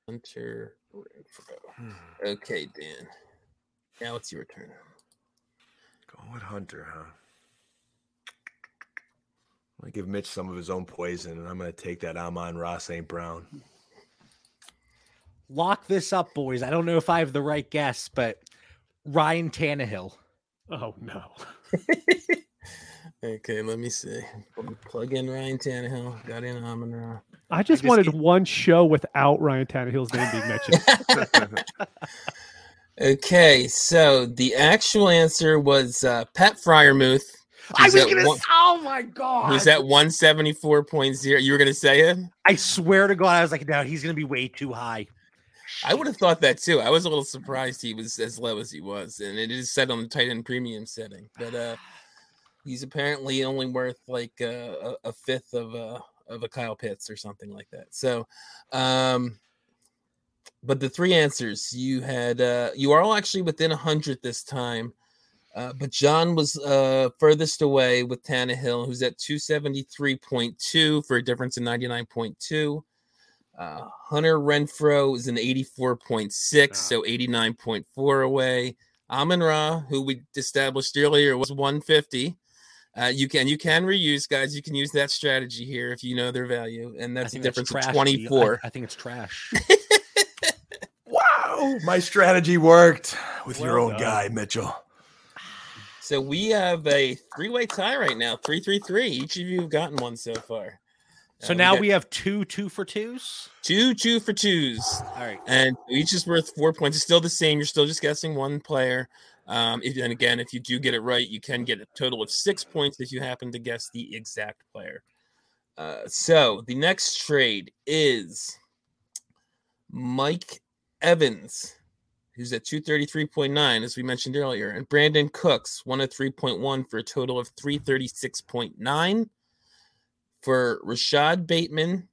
[SPEAKER 3] Hunter
[SPEAKER 6] Hmm.
[SPEAKER 3] Renfro. Okay, Dan. Now it's your turn.
[SPEAKER 6] Going with Hunter, huh? I'm gonna give Mitch some of his own poison, and I'm gonna take that Amon Ross St. Brown.
[SPEAKER 5] Lock this up, boys. I don't know if I have the right guess, but Ryan Tannehill.
[SPEAKER 4] Oh, no.
[SPEAKER 3] Okay, let me see. Plug in Ryan Tannehill. Got in Amon Ra.
[SPEAKER 4] I just
[SPEAKER 5] guess
[SPEAKER 4] wanted
[SPEAKER 5] it-
[SPEAKER 4] one show without Ryan Tannehill's name being *laughs* mentioned.
[SPEAKER 3] Okay, so the actual answer was uh, Pat Fryermuth
[SPEAKER 5] I
[SPEAKER 3] He's
[SPEAKER 5] was
[SPEAKER 3] at
[SPEAKER 5] gonna.
[SPEAKER 3] one-
[SPEAKER 5] s- oh my god!
[SPEAKER 3] He's at 174.0. You were going to say him?
[SPEAKER 5] I swear to God, I was like, no, he's gonna be way too high.
[SPEAKER 3] I would have thought that too. I was a little surprised he was as low as he was, and it is set on the tight end premium setting. But uh he's apparently only worth like uh, a, a fifth of a of a Kyle Pitts or something like that. So, um but the three answers you had, uh you are all actually within a hundred this time. Uh, but John was uh, furthest away with Tannehill, who's at 273.2 for a difference in 99.2. Uh, Hunter Renfro is an 84.6, so 89.4 away. Amon Ra, who we established earlier, was 150. Uh, you can you can reuse guys. You can use that strategy here if you know their value, and
[SPEAKER 5] I
[SPEAKER 3] that's a
[SPEAKER 5] think
[SPEAKER 3] difference
[SPEAKER 5] trash
[SPEAKER 3] of
[SPEAKER 5] to you. I-
[SPEAKER 3] 24.
[SPEAKER 5] I, think
[SPEAKER 3] *laughs*
[SPEAKER 5] it's trash.
[SPEAKER 6] Wow, my strategy worked with your
[SPEAKER 4] Well
[SPEAKER 6] own
[SPEAKER 4] done.
[SPEAKER 6] guy, Mitchell.
[SPEAKER 3] So we have a three way tie right now, three three three. Each of you have gotten one so far.
[SPEAKER 5] So
[SPEAKER 3] Uh,
[SPEAKER 5] now
[SPEAKER 3] got
[SPEAKER 5] we have two two for twos.
[SPEAKER 3] two two for twos.
[SPEAKER 5] All right.
[SPEAKER 3] and each is worth four points. It's still the same. You're still just guessing one player. Um, if, and again, if you do get it right, you can get a total of six points if you happen to guess the exact player. Uh, so the next trade is Mike Evans, who's at 233.9, as we mentioned earlier, and Brandon Cooks, 103.1 for a total of 336.9 for Rashad Bateman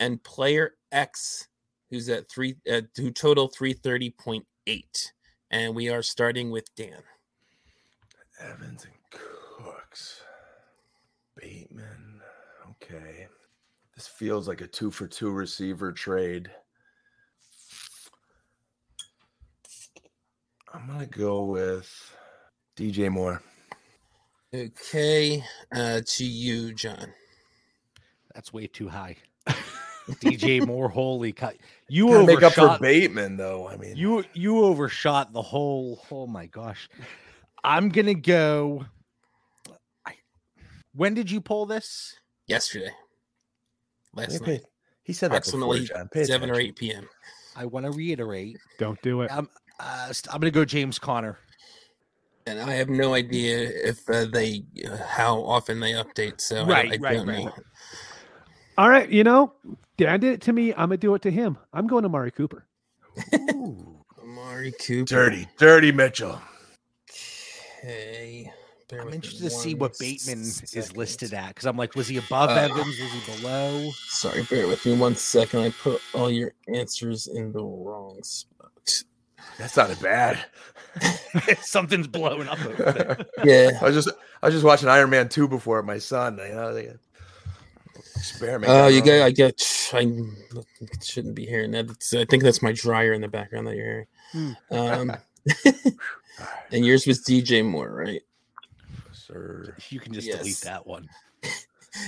[SPEAKER 3] and player X, who's at three, uh, who total 330.8. And we are starting with Dan.
[SPEAKER 6] Evans and Cooks. Bateman. Okay. This feels like a two for two receiver trade. I'm going to go with DJ Moore.
[SPEAKER 3] Okay, uh, to you, John.
[SPEAKER 5] That's way too high. *laughs* DJ Moore, holy cow. You
[SPEAKER 6] Gotta
[SPEAKER 5] overshot,
[SPEAKER 6] make up for Bateman, though. I mean,
[SPEAKER 5] you you overshot the whole. Oh my gosh. I'm gonna go. I, when did you pull this?
[SPEAKER 3] Yesterday, last
[SPEAKER 6] Hey,
[SPEAKER 3] night,
[SPEAKER 6] pay- he said that before,
[SPEAKER 3] Approximately
[SPEAKER 6] John. Pay
[SPEAKER 3] seven or
[SPEAKER 6] attention.
[SPEAKER 3] eight p.m.
[SPEAKER 5] I want to reiterate.
[SPEAKER 4] Don't do it.
[SPEAKER 5] I'm uh, st- I'm gonna go James Conner.
[SPEAKER 3] And I have no idea if uh, they uh, how often they update. So I-
[SPEAKER 5] Right,
[SPEAKER 3] I,
[SPEAKER 5] right,
[SPEAKER 3] don't
[SPEAKER 5] right.
[SPEAKER 3] know.
[SPEAKER 4] All right, you know, Dan did it to me. I'm gonna do it to him. I'm going to Mari Cooper.
[SPEAKER 3] Amari Cooper.
[SPEAKER 6] Dirty, dirty Mitchell.
[SPEAKER 3] Okay. bear
[SPEAKER 5] I'm
[SPEAKER 3] with me
[SPEAKER 5] interested to see
[SPEAKER 3] one
[SPEAKER 5] what Bateman is
[SPEAKER 3] second.
[SPEAKER 5] listed at because I'm like, was he above
[SPEAKER 3] Uh,
[SPEAKER 5] Evans? Was he below?
[SPEAKER 3] *laughs*
[SPEAKER 5] *laughs*
[SPEAKER 3] Sorry, bear with me one second. I put all your answers in the wrong spot.
[SPEAKER 6] That sounded bad. *laughs*
[SPEAKER 5] Something's blowing up over there.
[SPEAKER 6] I
[SPEAKER 3] Yeah.
[SPEAKER 6] was just I was just watching Iron Man two before with my son. You know, they- experiment.
[SPEAKER 3] Oh, you
[SPEAKER 6] going
[SPEAKER 3] got. I get. *sighs* I shouldn't be hearing that. It's, I think that's my dryer in the background that you're hearing. Um, *laughs* and yours was DJ Moore, right?
[SPEAKER 6] on, sir.
[SPEAKER 5] You can just
[SPEAKER 3] Yes.
[SPEAKER 5] delete that one.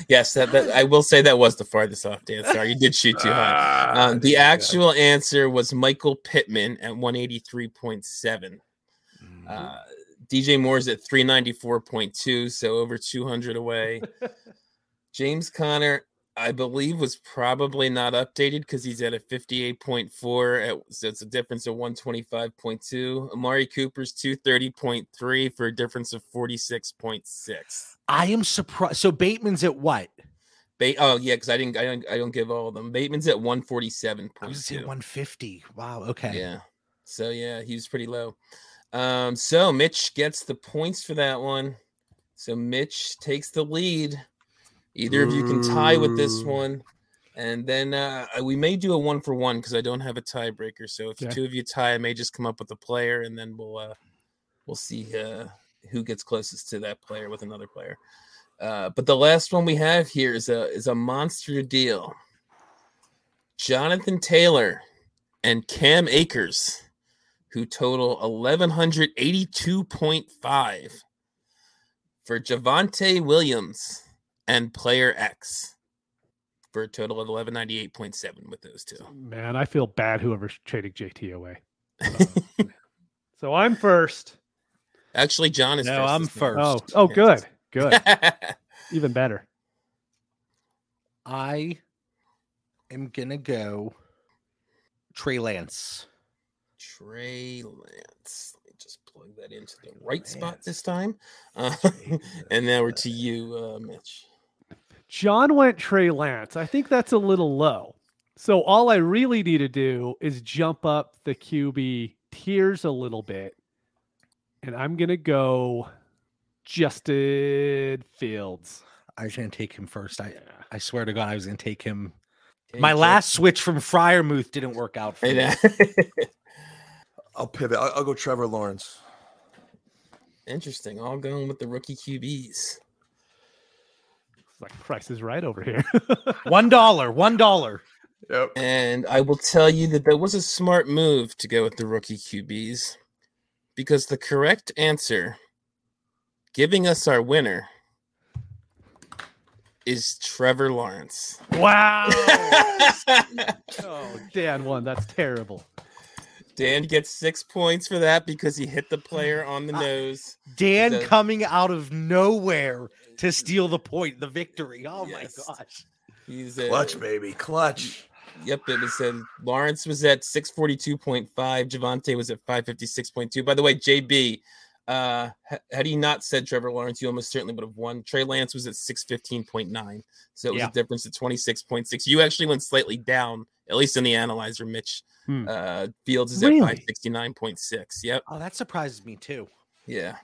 [SPEAKER 3] Yes, that, that I will say that was the farthest off Dan. Sorry, you did shoot too high.
[SPEAKER 6] *laughs* Ah,
[SPEAKER 3] Um, the actual answer was Michael Pittman at 183.7.
[SPEAKER 6] Mm.
[SPEAKER 3] Uh, DJ Moore's at 394.2, so over 200 away. James Connor, I believe, was probably not updated because he's at a 58.4. At, so it's a difference of 125.2. Amari Cooper's 230.3 for a difference of 46.6.
[SPEAKER 5] I am surprised. So Bateman's at what?
[SPEAKER 3] Ba- oh yeah, because I didn't, I don't, I don't give all of them. Bateman's at one forty seven
[SPEAKER 5] I
[SPEAKER 3] point
[SPEAKER 5] was gonna say
[SPEAKER 3] two.
[SPEAKER 5] 150. Wow. Okay.
[SPEAKER 3] Yeah, so yeah, he was pretty low. Um, so Mitch gets the points for that one. So Mitch takes the lead. Either of you can tie with this
[SPEAKER 6] Ooh.
[SPEAKER 3] one, and then uh, I- we may do a one for one because I don't have a tiebreaker. So if the
[SPEAKER 4] Okay.
[SPEAKER 3] two of you tie, I may just come up with a player, and then we'll uh, we'll see uh, who gets closest to that player with another player. Uh, but the last one we have here is a is a monster deal. Jonathan Taylor and Cam Akers, who total eleven hundred eighty two point five for Javante Williams and player X for a total of eleven ninety eight point seven with those two.
[SPEAKER 4] Man, I feel bad whoever's trading JT away. Um, so I'm first.
[SPEAKER 3] Actually, John is
[SPEAKER 5] No,
[SPEAKER 3] first
[SPEAKER 5] I'm
[SPEAKER 3] this morning.
[SPEAKER 4] Oh, oh, good,
[SPEAKER 3] *laughs*
[SPEAKER 4] good, even better.
[SPEAKER 5] I am gonna go Trey Lance.
[SPEAKER 3] Trey Lance. Let me just plug that into the right spot
[SPEAKER 6] Lance.
[SPEAKER 3] this time. Uh, *laughs* and now we're to you, uh, Mitch.
[SPEAKER 4] John went Trey Lance. I think that's a little low. So all I really need to do is jump up the QB tiers a little bit. And I'm going to go Justin Fields.
[SPEAKER 5] I was going to take him first. I I swear to God, I was going to take him. My last switch from Fryermuth didn't work out for *laughs*
[SPEAKER 3] Hey,
[SPEAKER 5] me.
[SPEAKER 3] now- *laughs*
[SPEAKER 6] I'll pivot. I'll, I'll go Trevor Lawrence.
[SPEAKER 3] Interesting. All going with the rookie QBs.
[SPEAKER 4] It's like Price is right over here.
[SPEAKER 5] One dollar, one dollar.
[SPEAKER 6] Yep.
[SPEAKER 3] And I will tell you that that was a smart move to go with the rookie QBs because the correct answer, giving us our winner, is Trevor Lawrence.
[SPEAKER 4] wow. oh, *laughs* Dan won. That's terrible.
[SPEAKER 3] *laughs* Dan gets six points for that because he hit the player on the
[SPEAKER 5] Ah.
[SPEAKER 3] nose.
[SPEAKER 5] *laughs* Dan
[SPEAKER 3] The-
[SPEAKER 5] coming out of nowhere to steal the point, the victory. Oh
[SPEAKER 3] Yes.
[SPEAKER 5] my gosh.
[SPEAKER 3] He's a,
[SPEAKER 6] Clutch, baby. Clutch.
[SPEAKER 3] Yep, it was said Lawrence was at 642.5. Javante was at 556.2. By the way, JB, uh, h- had he not said Trevor Lawrence, you almost certainly would have won. Trey Lance was at 615.9. So it was
[SPEAKER 5] Yeah.
[SPEAKER 3] a difference of 26.6. You actually went slightly down, at least in the analyzer, Mitch.
[SPEAKER 4] Hmm.
[SPEAKER 3] Uh, Fields is
[SPEAKER 4] Really?
[SPEAKER 3] at 569.6. Yep.
[SPEAKER 5] Oh, that surprises me too.
[SPEAKER 3] Yeah.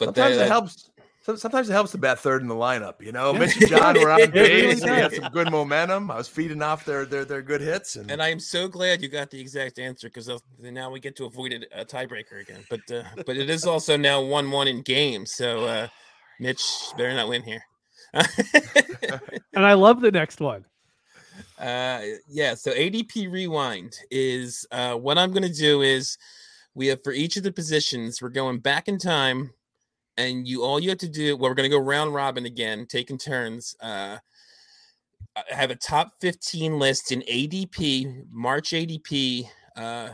[SPEAKER 3] But uh,
[SPEAKER 6] sometimes
[SPEAKER 3] that-
[SPEAKER 6] it helps. some- Sometimes it helps to bat third in the lineup. You know,
[SPEAKER 4] Yeah.
[SPEAKER 6] Mitch and John
[SPEAKER 3] *laughs*
[SPEAKER 6] were
[SPEAKER 3] It really
[SPEAKER 6] on base. We had
[SPEAKER 3] does.
[SPEAKER 6] some good momentum. I was feeding off their their their good hits, and,
[SPEAKER 3] And I am so glad you got the exact answer because now we get to avoid it- a tiebreaker again. But uh, but it is also now one one in game. So uh, Mitch better not win here. *laughs*
[SPEAKER 4] And I love the next one.
[SPEAKER 3] uh, yeah. So ADP rewind is uh, what I'm going to do is we have for each of the positions we're going back in time, and you all you have to do. Well, we're going to go round robin again, taking turns. Uh, I have a top 15 list in ADP, March ADP. Uh,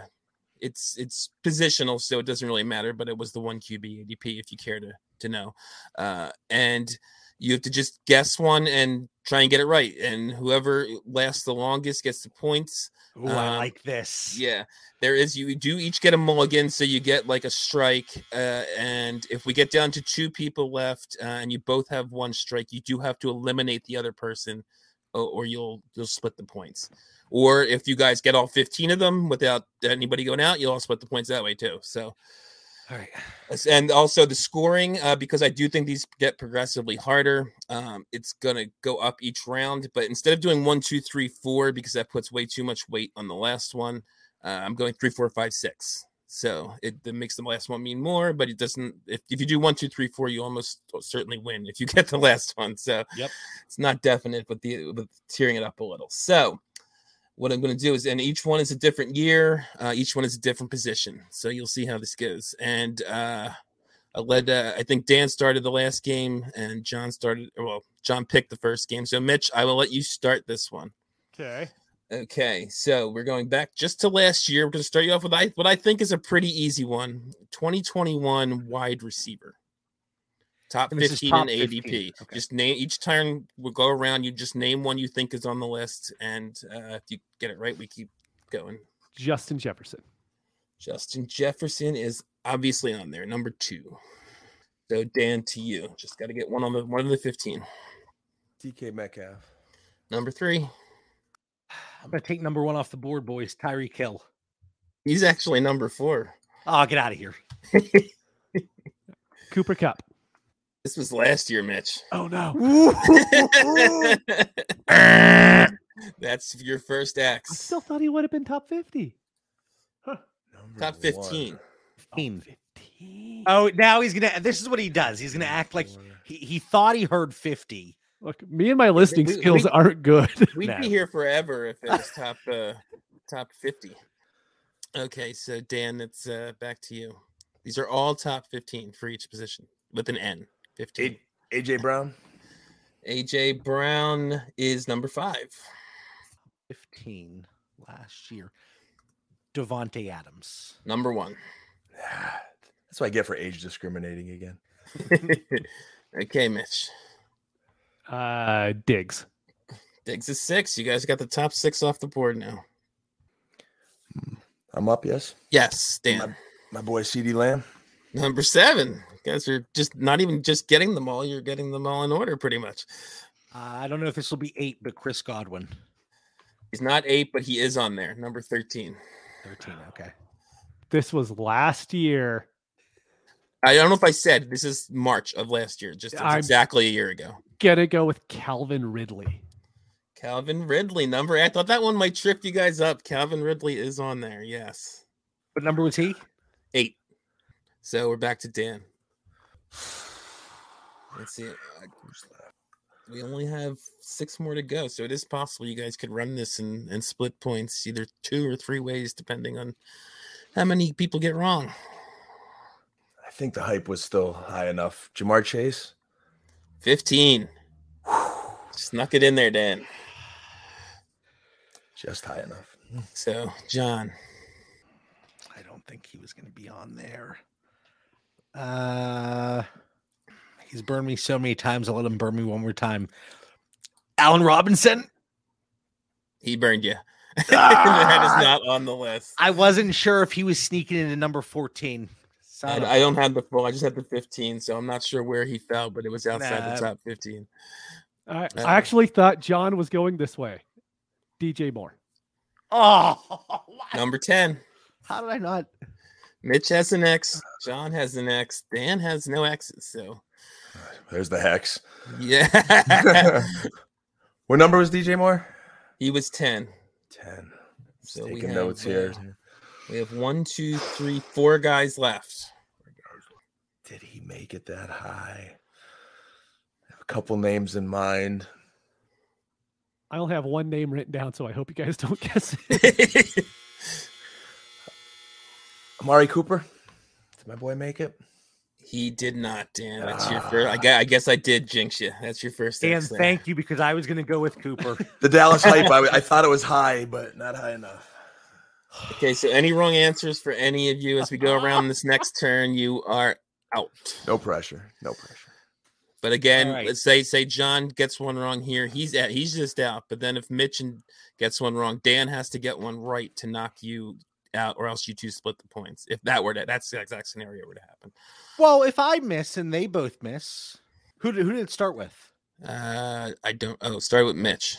[SPEAKER 3] it's it's positional, so it doesn't really matter. But it was the one QB ADP, if you care to to know. Uh, and you have to just guess one and try and get it right. And whoever lasts the longest gets the points.
[SPEAKER 5] Ooh,
[SPEAKER 3] Um,
[SPEAKER 5] I like this.
[SPEAKER 3] Yeah, there is. You do each get a mulligan, so you get like a strike. Uh, and if we get down to two people left, uh, and you both have one strike, you do have to eliminate the other person, or, or you'll you'll split the points. Or if you guys get all fifteen of them without anybody going out, you'll all split the points that way too. So
[SPEAKER 5] All right.
[SPEAKER 3] Yes, and also the scoring uh, because i do think these get progressively harder um, it's going to go up each round but instead of doing one two three four because that puts way too much weight on the last one uh, i'm going three four five six so it, that makes the last one mean more but it doesn't if, if you do one two three four you almost uh, certainly win if you *laughs* get the last one so
[SPEAKER 5] Yep.
[SPEAKER 3] it's not definite but the with tearing it up a little so what I'm going to do is, and each one is a different year. Uh, each one is a different position. So you'll see how this goes. And uh, I led. Uh, I think Dan started the last game, and John started. Well, John picked the first game. So Mitch, I will let you start this one.
[SPEAKER 4] Okay.
[SPEAKER 3] Okay, so we're going back just to last year. We're going to start you off with I, what I think is a pretty easy one: 2021 wide receiver, top
[SPEAKER 5] And this is
[SPEAKER 3] 15
[SPEAKER 5] top
[SPEAKER 3] in ADP.
[SPEAKER 5] 15, okay.
[SPEAKER 3] Just name each turn we'll go around. You just name one you think is on the list, and uh, if you get it right, we keep going.
[SPEAKER 4] Justin Jefferson.
[SPEAKER 3] Justin Jefferson is obviously on there, number two. So Dan, to you, just got to get one on the one of the 15.
[SPEAKER 6] DK Metcalf.
[SPEAKER 3] Number three,
[SPEAKER 5] I'm gonna take number one off the board, boys. Tyree Kill.
[SPEAKER 3] he's actually number four.
[SPEAKER 5] Oh, get out of here.
[SPEAKER 4] Cooper Cup.
[SPEAKER 3] This was last year, Mitch.
[SPEAKER 4] Oh no.
[SPEAKER 3] *laughs* That's your first
[SPEAKER 4] I
[SPEAKER 3] axe.
[SPEAKER 4] still thought he would have been top 50.
[SPEAKER 6] Number
[SPEAKER 3] Top
[SPEAKER 6] one.
[SPEAKER 3] 15.
[SPEAKER 5] Fifteen.
[SPEAKER 4] 15.
[SPEAKER 5] Oh, now he's gonna. This is what he does. He's gonna act like he, he thought he heard fifty.
[SPEAKER 4] Look, me and my listening
[SPEAKER 3] we-
[SPEAKER 4] skills
[SPEAKER 3] we-
[SPEAKER 4] aren't good. *laughs*
[SPEAKER 3] We'd
[SPEAKER 5] No.
[SPEAKER 3] be here forever if it was top uh, top 50. Okay, so Dan, it's uh, back to you. These are all top 15 for each position with an N. 15.
[SPEAKER 6] A- AJ Brown.
[SPEAKER 3] AJ Brown is number five.
[SPEAKER 5] Fifteen last year. Devonte Adams.
[SPEAKER 3] Number one.
[SPEAKER 6] That's what I get for age discriminating again.
[SPEAKER 3] okay, Mitch.
[SPEAKER 4] Uh, Diggs.
[SPEAKER 3] Diggs is six. You guys got the top six off the board now.
[SPEAKER 6] I'm up, yes.
[SPEAKER 3] Yes, Dan.
[SPEAKER 6] My boy CD Lamb.
[SPEAKER 3] Number seven. You guys are just not even just getting them all. You're getting them all in order, pretty much.
[SPEAKER 5] Uh, I don't know if this will be eight, but Chris Godwin,
[SPEAKER 3] He's not eight, but he is on there. Number thirteen.
[SPEAKER 5] thirteen. Okay.
[SPEAKER 4] This was last year.
[SPEAKER 3] I don't know if I said this is March of last year, just
[SPEAKER 4] I'm-
[SPEAKER 3] exactly a year ago.
[SPEAKER 4] Gonna go with Calvin Ridley.
[SPEAKER 3] Calvin Ridley, number eight. I thought that one might trip you guys up. Calvin Ridley is on there. Yes.
[SPEAKER 5] What number was he?
[SPEAKER 3] Eight. So we're back to Dan. Let's see. uh, We only have six more to go. So it is possible you guys could run this and, and split points either two or three ways, depending on how many people get wrong.
[SPEAKER 6] I think the hype was still high enough. Jamar Chase.
[SPEAKER 3] 15. Snuck it in there, Dan.
[SPEAKER 6] Just high enough.
[SPEAKER 3] So, John,
[SPEAKER 5] I don't think he was going to be on there. Uh, he's burned me so many times. I'll let him burn me one more time. Alan Robinson. *laughs*
[SPEAKER 3] he burned you. *laughs* that is not on the list.
[SPEAKER 5] Ah, I wasn't sure if he was sneaking into number fourteen.
[SPEAKER 3] I,
[SPEAKER 5] Son of-
[SPEAKER 3] I don't have the full. I just have the 15, so I'm not sure where he fell, but it was outside
[SPEAKER 5] Nah.
[SPEAKER 3] the top 15.
[SPEAKER 4] I,
[SPEAKER 3] Uh,
[SPEAKER 4] I actually thought John was going this way. DJ Moore.
[SPEAKER 5] oh, *laughs* what?
[SPEAKER 3] Number 10,
[SPEAKER 5] how did I not?
[SPEAKER 3] Mitch has an
[SPEAKER 6] Uh,
[SPEAKER 3] X. John has an X. Dan has no X's. So,
[SPEAKER 6] There's the hex.
[SPEAKER 3] yeah,
[SPEAKER 6] *laughs* what number was DJ Moore?
[SPEAKER 3] he was 10.
[SPEAKER 6] 10. Just
[SPEAKER 3] So we
[SPEAKER 6] taking
[SPEAKER 3] have, uh,
[SPEAKER 6] notes here.
[SPEAKER 3] We have one, two, three, four guys
[SPEAKER 6] *laughs*
[SPEAKER 3] left.
[SPEAKER 6] Did he make it that high? I have a couple names in mind.
[SPEAKER 4] I only have one name written down, so I hope you guys *laughs* don't guess it.
[SPEAKER 6] Amari Cooper. Did my boy make it?
[SPEAKER 3] he did not, Dan. That's your first.
[SPEAKER 6] Ah.
[SPEAKER 3] I guess, I guess I did jinx you. That's your first.
[SPEAKER 5] Dan,
[SPEAKER 3] X there.
[SPEAKER 5] thank you because I was going to go with Cooper.
[SPEAKER 6] The Dallas hype. *laughs* I, I thought it was high, but not high enough.
[SPEAKER 3] Okay, so any wrong answers for any of you as we go around this next turn, you are out.
[SPEAKER 6] No pressure. No pressure.
[SPEAKER 3] But again,
[SPEAKER 5] right.
[SPEAKER 3] let's say say John gets one wrong here, he's at he's just out. But then if Mitch and gets one wrong, Dan has to get one right to knock you out, or else you two split the points. If that were to that's the exact scenario were to happen.
[SPEAKER 5] well, if I miss and they both miss, who did, who did it start with?
[SPEAKER 3] Uh, I don't. Oh, start with Mitch.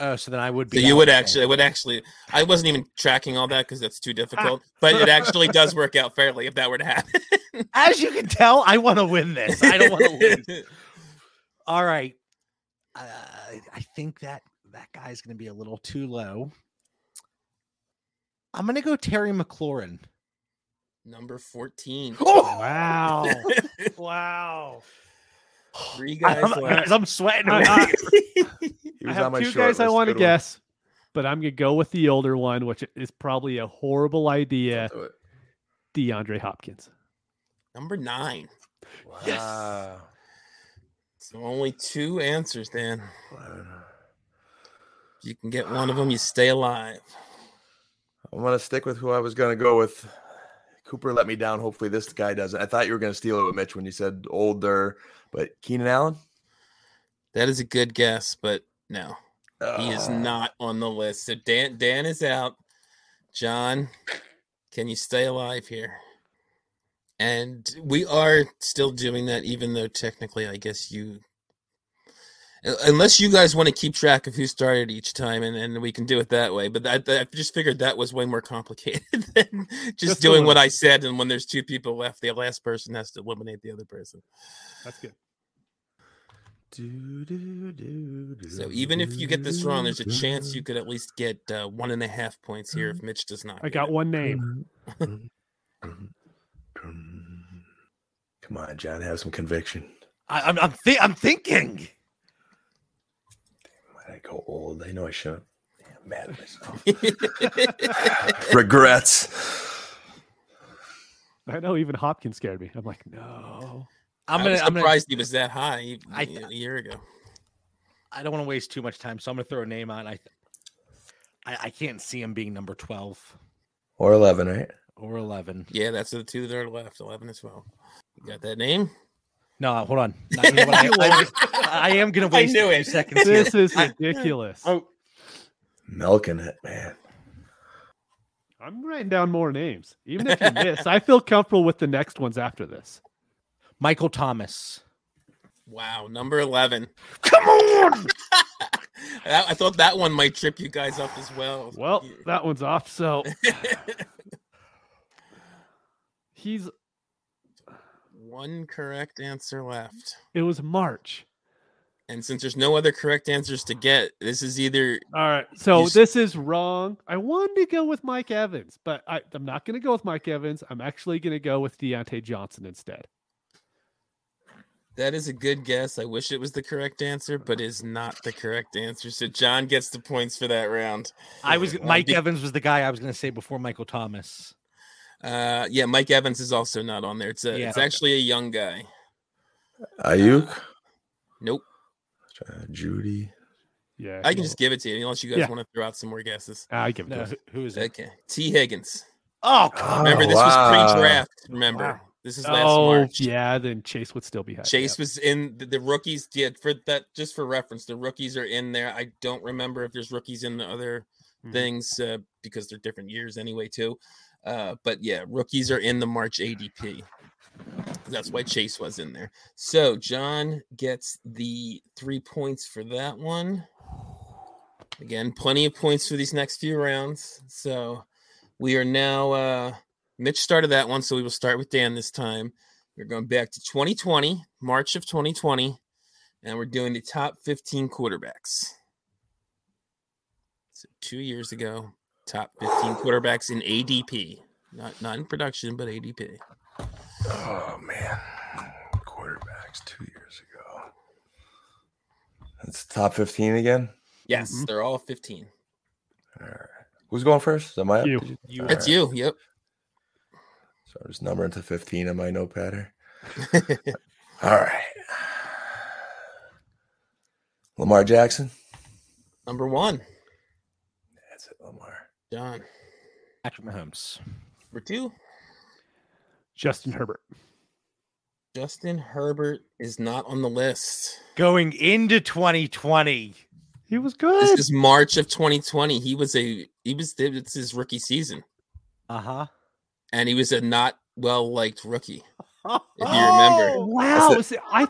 [SPEAKER 5] Oh, so then I would be.
[SPEAKER 3] So you would
[SPEAKER 5] out.
[SPEAKER 3] actually, I would actually, I wasn't even tracking all that because that's
[SPEAKER 5] Ah.
[SPEAKER 3] too difficult. But it actually does work out fairly if that were to happen.
[SPEAKER 5] *laughs* As you can tell, I want to win this. I don't want
[SPEAKER 3] *laughs*
[SPEAKER 5] to lose. All right. Uh, I think that that guy's going to be a little too low. I'm going to go Terry McLaurin.
[SPEAKER 3] Number fourteen.
[SPEAKER 5] Oh,
[SPEAKER 3] *laughs*
[SPEAKER 4] Wow. wow. Uh,
[SPEAKER 3] Three guys
[SPEAKER 5] *laughs* I'm,
[SPEAKER 3] left.
[SPEAKER 5] guys, I'm sweating.
[SPEAKER 4] I-
[SPEAKER 5] over
[SPEAKER 4] I-
[SPEAKER 5] here.
[SPEAKER 6] He
[SPEAKER 4] I
[SPEAKER 6] was
[SPEAKER 4] have
[SPEAKER 6] on my
[SPEAKER 4] two
[SPEAKER 6] short
[SPEAKER 4] guys I
[SPEAKER 6] list.
[SPEAKER 4] want to
[SPEAKER 6] Good one.
[SPEAKER 4] guess, but I'm gonna go with the older one, which is probably a horrible idea.
[SPEAKER 6] Do it.
[SPEAKER 4] DeAndre Hopkins.
[SPEAKER 3] Number nine.
[SPEAKER 5] Yes.
[SPEAKER 6] Wow.
[SPEAKER 3] So only two answers, Dan.
[SPEAKER 6] Wow.
[SPEAKER 3] You can get one of them, you stay alive.
[SPEAKER 6] I'm gonna stick with who I was gonna go with. Cooper let me down. Hopefully this guy doesn't. I thought you were gonna steal it with Mitch when you said older, but Keenan Allen.
[SPEAKER 3] That is a good guess, but no, he is
[SPEAKER 6] Uh,
[SPEAKER 3] not on the list. So Dan, Dan is out. John, can you stay alive here? And we are still doing that, even though technically, I guess you, un- unless you guys want to keep track of who started each time, and, and we can do it that way. But that, that- I just figured that was way more complicated *laughs* than just,
[SPEAKER 4] Just a
[SPEAKER 3] doing what
[SPEAKER 4] little.
[SPEAKER 3] I said. And when there's two people left, the last person has to eliminate the other person.
[SPEAKER 4] That's good.
[SPEAKER 6] do, do, do, do,
[SPEAKER 3] So even if you get this wrong, there's a
[SPEAKER 6] do,
[SPEAKER 3] chance you
[SPEAKER 6] do.
[SPEAKER 3] could at least get uh, one and a half points here
[SPEAKER 5] Mm-hmm.
[SPEAKER 3] if Mitch does not.
[SPEAKER 4] I
[SPEAKER 3] get
[SPEAKER 4] got
[SPEAKER 3] it.
[SPEAKER 4] one name.
[SPEAKER 6] Come on, John, have some conviction.
[SPEAKER 5] *laughs* I, I'm I'm, thi- I'm thinking.
[SPEAKER 6] Why did I go old? I know I shouldn't. Damn, I'm mad at
[SPEAKER 3] *laughs*
[SPEAKER 6] myself. Regrets.
[SPEAKER 4] I know even Hopkins scared me. I'm like,
[SPEAKER 6] *laughs*
[SPEAKER 4] no.
[SPEAKER 5] I'm
[SPEAKER 3] I
[SPEAKER 5] gonna.
[SPEAKER 3] was
[SPEAKER 5] I'm gonna.
[SPEAKER 3] surprised he was that high e-
[SPEAKER 5] I-
[SPEAKER 3] e- a year ago.
[SPEAKER 5] I don't want to waste too much time, so I'm gonna throw a name out. I, th- I I can't see him being number twelve
[SPEAKER 6] Or 11, right?
[SPEAKER 5] or eleven.
[SPEAKER 3] Yeah, that's the two that are left. Eleven as well. You got that name?
[SPEAKER 5] No,
[SPEAKER 3] *laughs*
[SPEAKER 5] hold on. I, you know what, I- I just- I am gonna
[SPEAKER 3] I
[SPEAKER 5] waste
[SPEAKER 3] knew
[SPEAKER 5] a few
[SPEAKER 3] it.
[SPEAKER 5] seconds. here.
[SPEAKER 4] This is ridiculous.
[SPEAKER 5] Oh,
[SPEAKER 6] Milking it, man.
[SPEAKER 4] I'm writing down more names. Even if you miss, I feel comfortable with the next ones after this.
[SPEAKER 5] Michael Thomas.
[SPEAKER 3] Wow, number 11.
[SPEAKER 5] Come on!
[SPEAKER 3] *laughs* That- I thought that one might trip you guys up as well.
[SPEAKER 4] Well,
[SPEAKER 3] *laughs* You-
[SPEAKER 4] that one's off. So he's.
[SPEAKER 3] one correct answer left.
[SPEAKER 4] It was March.
[SPEAKER 3] And since there's no other correct answers to get, this is either
[SPEAKER 4] All right. So
[SPEAKER 3] s-
[SPEAKER 4] this is wrong. I wanted to go with Mike Evans, but I, I'm not going to go with Mike Evans. I'm actually going to go with Deontay Johnson instead.
[SPEAKER 3] that is a good guess. I wish it was the correct answer, but is not the correct answer. So John gets the points for that round.
[SPEAKER 5] I was
[SPEAKER 3] Well,
[SPEAKER 5] Mike
[SPEAKER 3] be-
[SPEAKER 5] Evans was the guy I was going to say before Michael Thomas.
[SPEAKER 3] Uh, yeah, Mike Evans is also not on there. It's a,
[SPEAKER 5] Yeah,
[SPEAKER 3] it's
[SPEAKER 5] okay.
[SPEAKER 3] actually a young guy.
[SPEAKER 6] Ayuk,
[SPEAKER 3] Nope.
[SPEAKER 6] uh, Judy.
[SPEAKER 4] Yeah.
[SPEAKER 3] I can just give it to you unless you guys
[SPEAKER 4] Yeah.
[SPEAKER 3] want to throw out some more guesses.
[SPEAKER 4] I give it
[SPEAKER 5] No,
[SPEAKER 4] to
[SPEAKER 5] who- who is it?
[SPEAKER 3] Okay. T. Higgins.
[SPEAKER 5] Oh,
[SPEAKER 3] Remember,
[SPEAKER 6] Oh,
[SPEAKER 3] this was
[SPEAKER 6] wow.
[SPEAKER 3] pre draft. Remember,
[SPEAKER 4] Wow.
[SPEAKER 3] this is
[SPEAKER 4] him.
[SPEAKER 3] last
[SPEAKER 4] Oh,
[SPEAKER 3] March.
[SPEAKER 4] yeah. Then Chase would still be high.
[SPEAKER 3] Chase was in the, the rookies. Yeah, for that, just for reference, the rookies are in there. I don't remember if there's rookies in the other
[SPEAKER 4] Mhm.
[SPEAKER 3] things uh, because they're different years anyway, too. Uh, but yeah, rookies are in the March ADP. That's why Chase was in there. So John gets the three points for that one. Again, plenty of points for these next few rounds. So we are now. Uh, Mitch started that one, so we will start with Dan this time. We're going back to 2020, March of 2020, and we're doing the top 15 quarterbacks. So two years ago, top 15 quarterbacks in ADP, not not in production, but ADP.
[SPEAKER 6] Oh man, quarterbacks two years ago. That's top fifteen again.
[SPEAKER 3] Yes,
[SPEAKER 4] Mhm.
[SPEAKER 3] they're all 15.
[SPEAKER 6] All right. Who's going first? Am I? up?
[SPEAKER 4] You.
[SPEAKER 6] Did
[SPEAKER 5] You.
[SPEAKER 6] All
[SPEAKER 3] That's
[SPEAKER 6] right.
[SPEAKER 3] you. Yep.
[SPEAKER 6] So I'm just numbering to fifteen on my notepad
[SPEAKER 4] *laughs*
[SPEAKER 6] here. All right. Lamar Jackson.
[SPEAKER 3] Number one,
[SPEAKER 6] That's it, Lamar.
[SPEAKER 3] John.
[SPEAKER 5] Patrick Mahomes.
[SPEAKER 3] Number two,
[SPEAKER 4] Justin Herbert.
[SPEAKER 3] Justin Herbert is not on the list.
[SPEAKER 5] Going into 2020.
[SPEAKER 4] He was
[SPEAKER 3] This
[SPEAKER 4] good.
[SPEAKER 3] is March of 2020. He was a he was it's his rookie season,
[SPEAKER 5] Uh huh.
[SPEAKER 3] and he was a not well liked rookie. If you remember.
[SPEAKER 5] Oh.
[SPEAKER 4] wow.
[SPEAKER 6] it.
[SPEAKER 4] see, I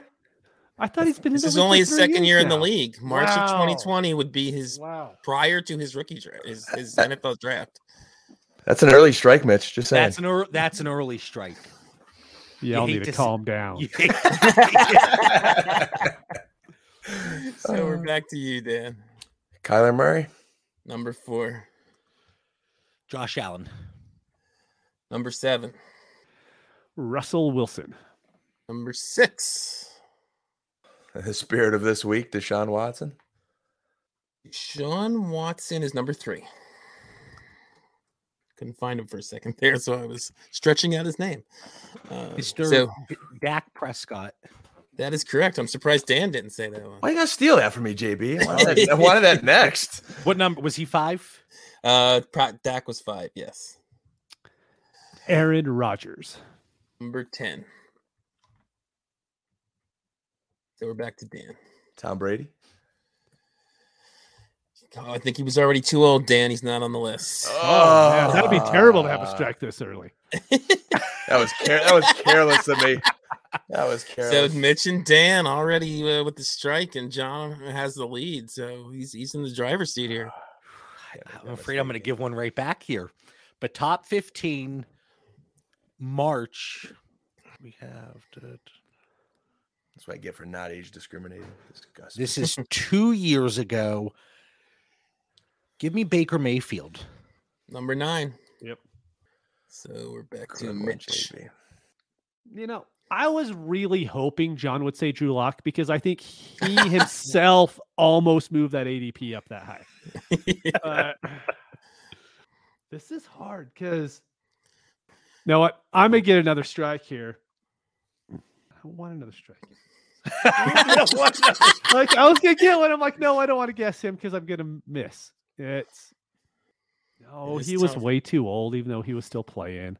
[SPEAKER 4] I thought he's been.
[SPEAKER 3] This
[SPEAKER 4] in the
[SPEAKER 3] is
[SPEAKER 4] league
[SPEAKER 3] only
[SPEAKER 4] for
[SPEAKER 3] his
[SPEAKER 4] three
[SPEAKER 3] second
[SPEAKER 4] years
[SPEAKER 3] year in the
[SPEAKER 4] now.
[SPEAKER 3] league. March of
[SPEAKER 4] Wow.
[SPEAKER 3] 2020 would be his
[SPEAKER 4] Wow.
[SPEAKER 3] prior to his rookie draft, his, his NFL draft.
[SPEAKER 6] That's an early strike, Mitch. Just saying.
[SPEAKER 5] That's an ear- that's an early strike.
[SPEAKER 4] Yeah, I'll
[SPEAKER 5] hate
[SPEAKER 4] need to
[SPEAKER 5] to see-
[SPEAKER 4] calm
[SPEAKER 3] Oh.
[SPEAKER 5] *laughs*
[SPEAKER 4] down.
[SPEAKER 5] You-
[SPEAKER 3] *laughs*
[SPEAKER 4] *laughs*
[SPEAKER 3] So
[SPEAKER 4] Uh.
[SPEAKER 3] we're back to you, Dan.
[SPEAKER 6] Kyler Murray. *laughs*
[SPEAKER 3] Number four,
[SPEAKER 5] Josh Allen.
[SPEAKER 3] number seven,
[SPEAKER 4] Russell Wilson.
[SPEAKER 3] number six,
[SPEAKER 6] The spirit of this week, Deshaun Watson.
[SPEAKER 3] Sean Watson is number three. Couldn't find him for a second *laughs* there, so I was stretching out his name. Uh,
[SPEAKER 5] Mr.
[SPEAKER 3] so
[SPEAKER 5] Dak Prescott.
[SPEAKER 3] that is correct. I'm surprised Dan didn't say that one.
[SPEAKER 6] Why you gotta steal that from me, JB? I wanted that, I wanted *laughs* that next.
[SPEAKER 5] What number was he? Five.
[SPEAKER 3] Uh, pro- Dak was five, yes.
[SPEAKER 4] Aaron Rodgers.
[SPEAKER 3] Number 10. So we're back to Dan.
[SPEAKER 6] Tom Brady.
[SPEAKER 3] Oh, I think he was already too old, Dan. He's not on the list.
[SPEAKER 6] Ah.
[SPEAKER 4] Oh, man, that'd be terrible to have a strike this early.
[SPEAKER 6] That was care- that was careless of me. That was
[SPEAKER 3] so
[SPEAKER 6] careless.
[SPEAKER 3] Mitch and Dan already uh, with the strike, and John has the lead. So he's he's in the driver's seat here.
[SPEAKER 4] Ah.
[SPEAKER 5] I-
[SPEAKER 6] that
[SPEAKER 5] I'm
[SPEAKER 6] was
[SPEAKER 5] afraid I'm going to
[SPEAKER 6] thinking.
[SPEAKER 5] give one right back here. But top 15, March. We have to,
[SPEAKER 6] That's what I get for not age discriminating. Disgusting.
[SPEAKER 5] this is two years ago. Give me Baker Mayfield.
[SPEAKER 3] Number nine.
[SPEAKER 4] Yep.
[SPEAKER 3] So we're back to
[SPEAKER 6] Good one,
[SPEAKER 3] Mitch.
[SPEAKER 6] JB.
[SPEAKER 4] You know, I was really hoping John would say Drew Lock because I think he himself *laughs* almost moved that ADP up that high. But *laughs* this is hard because you know what? I'm gonna get another strike here. I want another *laughs* strike. *laughs* like I was gonna get one. I'm like, no, I don't want to guess him because I'm gonna miss. It's no,
[SPEAKER 3] is
[SPEAKER 4] he was
[SPEAKER 3] tough.
[SPEAKER 4] way too old, even though he was still playing.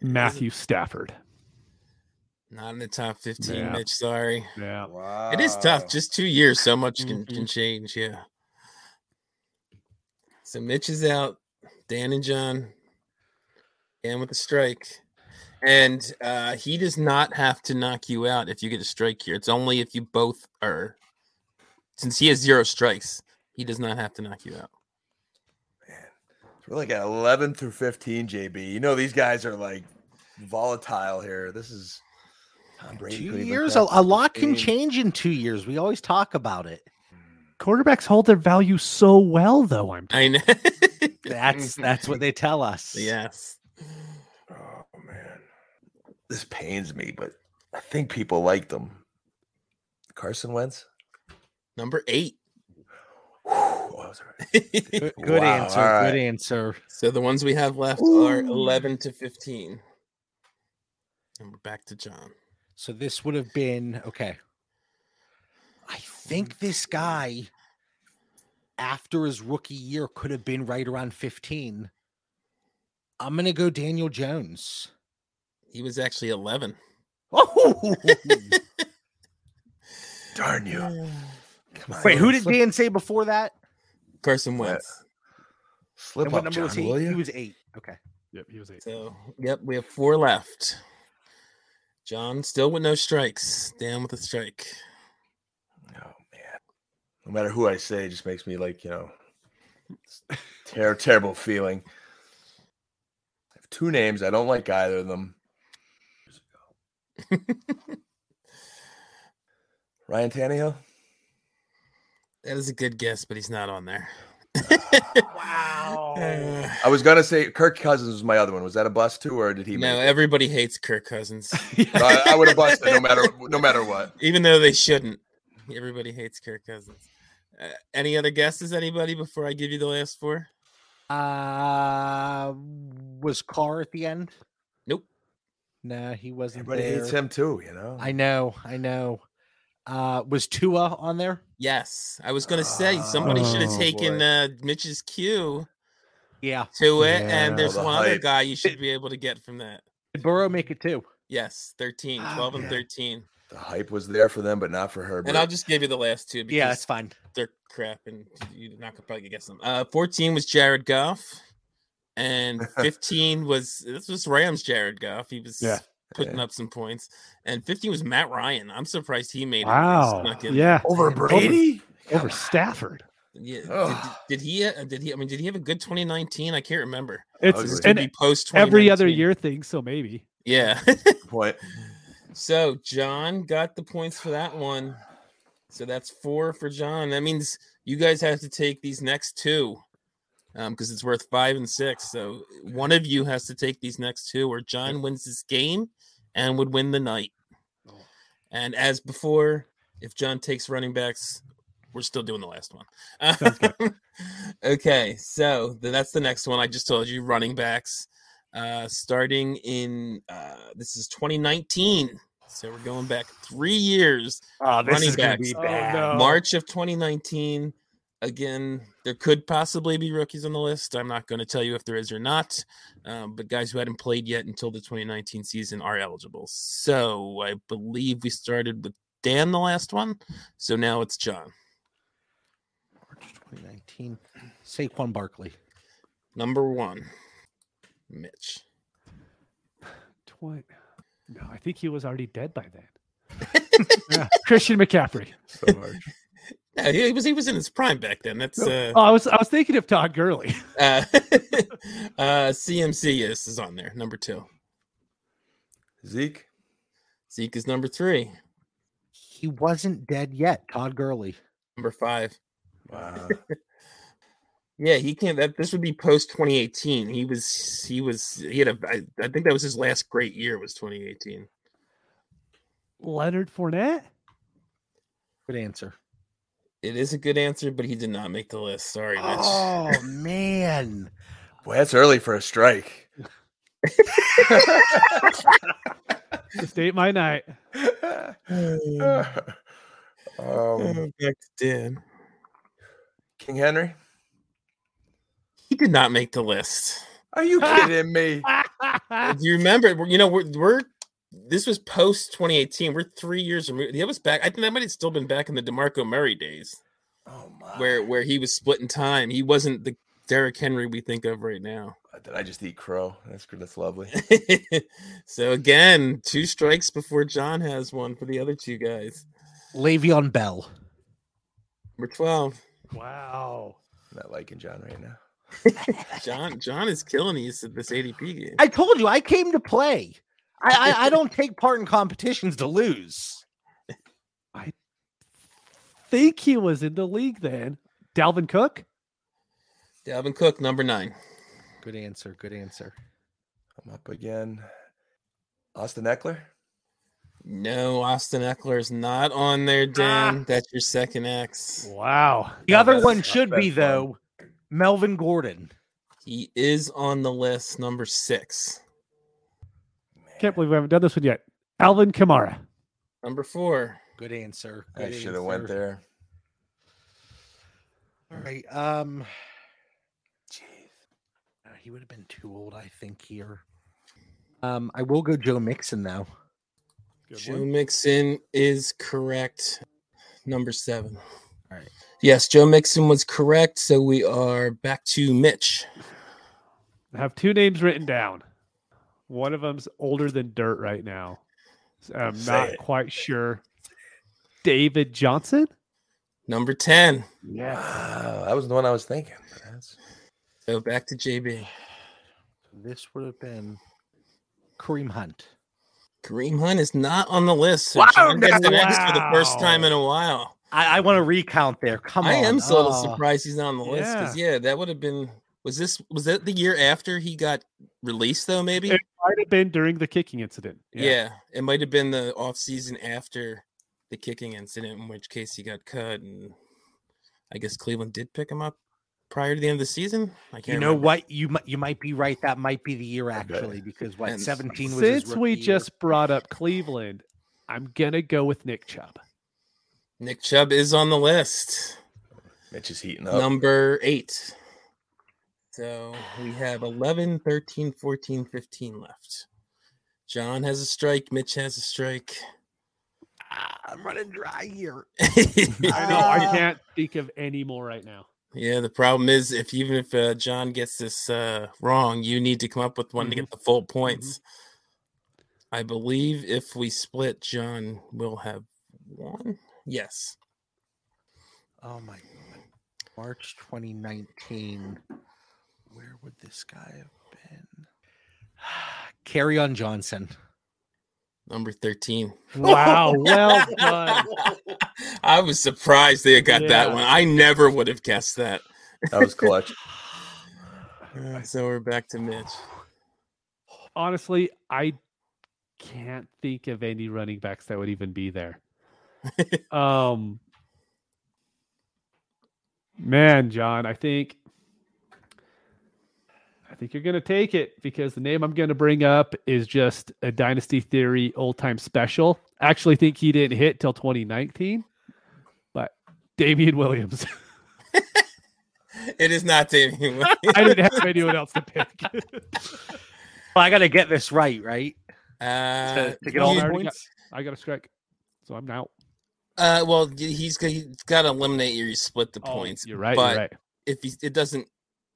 [SPEAKER 4] Matthew Stafford.
[SPEAKER 3] Not in the top fifteen,
[SPEAKER 4] Yeah.
[SPEAKER 3] Mitch. Sorry,
[SPEAKER 4] Yeah.
[SPEAKER 6] Wow.
[SPEAKER 3] it is
[SPEAKER 6] Um,
[SPEAKER 3] tough. Just two years, so much can,
[SPEAKER 4] Mhm.
[SPEAKER 3] can change. Yeah. So Mitch is out. Dan and John, and with a strike. And uh, he does not have to knock you out if you get a strike here. It's only if you both are. Since he has zero strikes, he does not have to knock you out.
[SPEAKER 6] We're like at 11 through 15, JB. You know, these guys are like volatile here. This is Tom Brady.
[SPEAKER 5] Two
[SPEAKER 6] could've even
[SPEAKER 5] years, a,
[SPEAKER 6] passed
[SPEAKER 5] a lot can
[SPEAKER 6] 15.
[SPEAKER 5] change in two years. We always talk about *laughs* it.
[SPEAKER 4] Quarterbacks hold their value so well, though. I'm
[SPEAKER 3] I know. *laughs*
[SPEAKER 5] That's that's what they tell us.
[SPEAKER 3] yes.
[SPEAKER 6] Oh, man. This pains me, but I think people like them. Carson Wentz?
[SPEAKER 3] Number eight.
[SPEAKER 6] Whew, Oh, I was right. *laughs*
[SPEAKER 5] Good,
[SPEAKER 6] good
[SPEAKER 5] good
[SPEAKER 6] Wow, answer,
[SPEAKER 5] answer.
[SPEAKER 6] all good right.
[SPEAKER 5] Good answer.
[SPEAKER 3] *laughs* So the ones we have left are 11 to 15. And we're back to John.
[SPEAKER 5] So this would have been okay. Mm-hmm. I think this guy, after his rookie year, could have been right around 15. I'm gonna go Daniel *laughs* Jones.
[SPEAKER 3] He was actually
[SPEAKER 6] *sighs*
[SPEAKER 3] 11.
[SPEAKER 5] Oh,
[SPEAKER 6] Darn you. Come on.
[SPEAKER 5] wait, who *laughs* did Dan say before that?
[SPEAKER 3] Carson Wentz.
[SPEAKER 6] Slip
[SPEAKER 5] and
[SPEAKER 6] up,
[SPEAKER 5] what number
[SPEAKER 6] John,
[SPEAKER 5] was he?
[SPEAKER 6] will
[SPEAKER 5] He
[SPEAKER 6] you?
[SPEAKER 5] was eight. Okay.
[SPEAKER 4] yep, he was eight.
[SPEAKER 3] So, yep, we have four left. John still with no strikes. Dan with a strike.
[SPEAKER 6] Oh man. No matter who I say, it just makes me like, you know, *laughs* ter- terrible feeling. I have two names. I don't like either of them. *laughs* Ryan Tannehill?
[SPEAKER 3] That is a good guess, but he's not on there. *laughs* wow.
[SPEAKER 6] I was gonna say Kirk Cousins was my other one. Was that a bust too, or did he
[SPEAKER 3] no,
[SPEAKER 6] make
[SPEAKER 3] everybody hates Kirk Cousins,
[SPEAKER 6] it? I, I would have busted
[SPEAKER 3] *laughs*
[SPEAKER 6] no matter no matter what.
[SPEAKER 3] even though they shouldn't. Everybody hates Kirk Cousins. Uh, any other guesses, anybody, before I give you the last four?
[SPEAKER 5] Uh, was Carr at the end?
[SPEAKER 3] Nope.
[SPEAKER 5] No, he wasn't.
[SPEAKER 6] Everybody
[SPEAKER 5] there.
[SPEAKER 6] hates him too, you know.
[SPEAKER 5] I know, I know. Uh was Tua on there?
[SPEAKER 3] Yes, I was gonna say somebody should have
[SPEAKER 6] Oh,
[SPEAKER 3] taken
[SPEAKER 6] boy.
[SPEAKER 3] uh, Mitch's cue
[SPEAKER 5] Yeah.
[SPEAKER 3] to it,
[SPEAKER 6] Yeah,
[SPEAKER 3] and there's
[SPEAKER 6] the
[SPEAKER 3] one other
[SPEAKER 6] hype.
[SPEAKER 3] guy you should be able to get from that.
[SPEAKER 5] Did Burrow make it too?
[SPEAKER 3] Yes, 13,
[SPEAKER 6] Ah,
[SPEAKER 3] 12
[SPEAKER 6] man.
[SPEAKER 3] and 13.
[SPEAKER 6] The hype was there for them, but not for her.
[SPEAKER 3] And I'll just give you the last two because
[SPEAKER 5] Yeah, that's fine.
[SPEAKER 3] they're crap and you're not gonna probably guess them. Uh, 14 was Jared Goff,
[SPEAKER 4] *laughs*
[SPEAKER 3] and 15 was this was Rams Jared Goff. He was
[SPEAKER 4] Yeah.
[SPEAKER 3] putting up some points, and 15 was Matt Ryan. I'm surprised he made it.
[SPEAKER 4] Wow.
[SPEAKER 3] Snuck in.
[SPEAKER 4] Yeah.
[SPEAKER 6] over Brady.
[SPEAKER 4] Over Stafford.
[SPEAKER 3] Yeah,
[SPEAKER 6] Ugh.
[SPEAKER 3] Did, did he? uh, Did he? I mean, did he have a good 2019? I can't remember.
[SPEAKER 6] Ugly.
[SPEAKER 4] It's
[SPEAKER 3] It's
[SPEAKER 4] an
[SPEAKER 3] gonna be post
[SPEAKER 4] every other
[SPEAKER 3] 2019.
[SPEAKER 4] year thing, so maybe.
[SPEAKER 3] Yeah.
[SPEAKER 6] Point.
[SPEAKER 3] so John got the points for that one. So that's four for John. That means you guys have to take these next two. Um, because it's worth five and six. So one of you has to take these next two, or John wins this game and would win the night. And as before, if John takes running backs, we're still doing the last one. *laughs* okay, so th- that's the next one. I just told you running backs uh, starting in uh, this is 2019. So we're going back three years,
[SPEAKER 5] Oh,
[SPEAKER 3] Ah, this Running is gonna backs. be
[SPEAKER 4] bad. no. Oh.
[SPEAKER 3] March of 2019. Again, there could possibly be rookies on the list. I'm not going to tell you if there is or not, um, but guys who hadn't played yet until the 2019 season are eligible. So I believe we started with Dan the last one. So now it's John.
[SPEAKER 5] March 2019. Saquon Barkley.
[SPEAKER 3] Number one, Mitch.
[SPEAKER 4] Twi- No, I think he was already dead by then. *laughs* Yeah, Christian McCaffrey.
[SPEAKER 3] *laughs*
[SPEAKER 6] So hard.
[SPEAKER 3] No, he was he was in his prime back then. That's uh,
[SPEAKER 4] Oh, I was I was thinking of Todd Gurley.
[SPEAKER 3] uh, *laughs* uh, CMC yes, is on there, number two.
[SPEAKER 6] Zeke.
[SPEAKER 3] Zeke is number three.
[SPEAKER 5] He wasn't dead yet. Todd Gurley.
[SPEAKER 3] Number five.
[SPEAKER 6] Wow.
[SPEAKER 3] *laughs* Yeah, he can't. That this would be post 2018. He was he was he had a. I, I think that was his last great year was 2018.
[SPEAKER 4] Leonard Fournette.
[SPEAKER 5] Good answer.
[SPEAKER 3] It is a good answer, but he did not make the list. Sorry, Mitch.
[SPEAKER 5] *sighs* Oh
[SPEAKER 6] *laughs*
[SPEAKER 5] man.
[SPEAKER 6] Boy, that's early for a strike.
[SPEAKER 4] Just ain't my night.
[SPEAKER 6] Oh.
[SPEAKER 3] Um,
[SPEAKER 6] *laughs* um,
[SPEAKER 3] back to Dan.
[SPEAKER 6] King Henry?
[SPEAKER 3] He did not make the list.
[SPEAKER 6] Are you kidding *laughs* me?
[SPEAKER 3] Do you remember? we're- You know, we're, we're this was post 2018. We're three years removed. That was back. I think that might have still been back in the Demarco Murray days,
[SPEAKER 6] Oh my!
[SPEAKER 3] Ah. where where he was splitting time. He wasn't the Derrick Henry we think of right now.
[SPEAKER 6] Did I just eat crow? That's good. That's *laughs* lovely.
[SPEAKER 3] *laughs* so again, two strikes before John has one for the other two guys.
[SPEAKER 5] Le'Veon Bell.
[SPEAKER 3] Number twelve.
[SPEAKER 4] Wow.
[SPEAKER 6] I'm not liking John right now.
[SPEAKER 3] John John is killing these at this ADP game.
[SPEAKER 5] I told you I came to play. I, I, I don't take part in competitions to lose.
[SPEAKER 4] Think he was in the league then. Dalvin Cook?
[SPEAKER 3] Dalvin Cook, number nine.
[SPEAKER 5] Good answer. Good answer.
[SPEAKER 6] I'm up again. Austin Eckler.
[SPEAKER 3] No, Austin Eckler is not on there, Dan. That's your second X.
[SPEAKER 4] Wow.
[SPEAKER 5] The
[SPEAKER 6] Not
[SPEAKER 5] other
[SPEAKER 6] bad.
[SPEAKER 5] one
[SPEAKER 6] Not
[SPEAKER 5] should
[SPEAKER 6] bad
[SPEAKER 5] be
[SPEAKER 6] fun.
[SPEAKER 5] though, Melvin Gordon.
[SPEAKER 3] He is on the list, number six.
[SPEAKER 4] Can't believe we haven't done this one yet. Alvin Kamara.
[SPEAKER 3] Number four.
[SPEAKER 5] Good answer.
[SPEAKER 6] I
[SPEAKER 5] good
[SPEAKER 6] should have went
[SPEAKER 5] answer.
[SPEAKER 6] there.
[SPEAKER 5] All right. Um. Jeez. Uh, he would have been too old, I think. Here. Um. I will go Joe Mixon though.
[SPEAKER 3] Joe Mixon is correct. Number seven. All
[SPEAKER 5] Alright.
[SPEAKER 3] Yes, Joe Mixon was correct. So we are back to Mitch.
[SPEAKER 4] I have two names written down. One of them's older than dirt right now. So I'm
[SPEAKER 3] Say
[SPEAKER 4] not
[SPEAKER 3] it.
[SPEAKER 4] quite sure. David Johnson?
[SPEAKER 3] Number 10.
[SPEAKER 4] Yeah.
[SPEAKER 6] Wow, that was the one I was thinking. but That's
[SPEAKER 3] So back to JB.
[SPEAKER 5] This would have been Kareem Hunt.
[SPEAKER 3] Kareem Hunt is not on the list. So John gets an X for the first time in a while.
[SPEAKER 5] I, I want to recount there. Come on.
[SPEAKER 3] I am so a little
[SPEAKER 5] Ah,
[SPEAKER 3] surprised he's not on the list because yeah, that would have been was this was that the year after he got released though, maybe?
[SPEAKER 4] It might have been during the kicking incident.
[SPEAKER 3] Yeah. it might have been the off season after the kicking incident, in which case he got cut, and I guess Cleveland did pick him up prior to the end of the season. I can't.
[SPEAKER 5] You know
[SPEAKER 3] remember.
[SPEAKER 5] what? You might you might be right. That might be the year actually, because what
[SPEAKER 3] And
[SPEAKER 5] seventeen was his
[SPEAKER 4] Since we
[SPEAKER 5] rookie year.
[SPEAKER 4] just brought up Cleveland, I'm going to go with Nick Chubb.
[SPEAKER 3] Nick Chubb is on the list,
[SPEAKER 6] Mitch is heating up.
[SPEAKER 3] number eight. So we have 11, 13, 14, 15 left. John has a strike. Mitch has a strike.
[SPEAKER 5] Ah, I'm running dry here.
[SPEAKER 4] *laughs* I know. I
[SPEAKER 5] Ah.
[SPEAKER 4] can't think of any more right now.
[SPEAKER 3] Yeah, the problem is if even if uh, John gets this uh, wrong, you need to come up with one
[SPEAKER 4] Mm-hmm.
[SPEAKER 3] to get the full points. I believe if we split, John will have one. Yes.
[SPEAKER 5] Oh my god. March 2019. Where would this guy have been? *sighs* Carry on Johnson.
[SPEAKER 3] Number 13.
[SPEAKER 4] Wow.
[SPEAKER 5] *laughs*
[SPEAKER 4] Well done.
[SPEAKER 3] I was surprised they got that
[SPEAKER 4] Yeah.
[SPEAKER 3] one. I never would have guessed that.
[SPEAKER 6] That was clutch.
[SPEAKER 3] Uh, so we're back to Mitch.
[SPEAKER 4] Honestly, I can't think of any running backs that would even be
[SPEAKER 3] *laughs*
[SPEAKER 4] there. um, man, John, I think I think you're gonna take it because the name I'm gonna bring up is just a Dynasty Theory old time special. I actually think he didn't hit till 2019, but Damian Williams. *laughs*
[SPEAKER 3] It is not Damian
[SPEAKER 4] I
[SPEAKER 3] Williams.
[SPEAKER 4] didn't have anyone else
[SPEAKER 3] *laughs*
[SPEAKER 4] to pick.
[SPEAKER 5] Well, I got to get this right, right?
[SPEAKER 3] Uh,
[SPEAKER 5] to get all
[SPEAKER 3] you-
[SPEAKER 5] the
[SPEAKER 4] already got-
[SPEAKER 5] points.
[SPEAKER 4] I got a strike, so I'm out.
[SPEAKER 3] uh, well, y- he's got to eliminate you. You split the
[SPEAKER 4] Oh,
[SPEAKER 3] points.
[SPEAKER 4] You're right.
[SPEAKER 3] but
[SPEAKER 4] you're right.
[SPEAKER 3] if he, it doesn't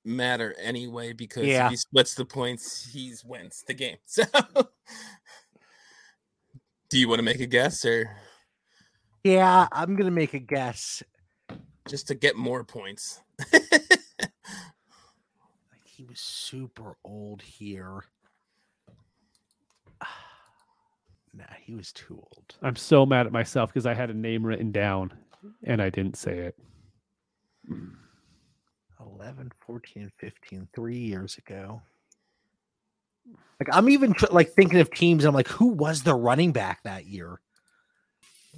[SPEAKER 3] matter anyway because
[SPEAKER 5] Yeah.
[SPEAKER 3] if he splits the points, he's wins the game. *laughs* So, do you want to make a guess or
[SPEAKER 5] Yeah, I'm going to make a guess.
[SPEAKER 3] just to get more points? *laughs*
[SPEAKER 5] Like he was super
[SPEAKER 6] *sighs*
[SPEAKER 5] old here. Ah, Nah, he was too old.
[SPEAKER 4] I'm so mad at myself because I had a name written down and I didn't say it.
[SPEAKER 5] 11, 14, 15, three years ago. Like I'm even tr- like thinking of teams. I'm like, who was the running back that year?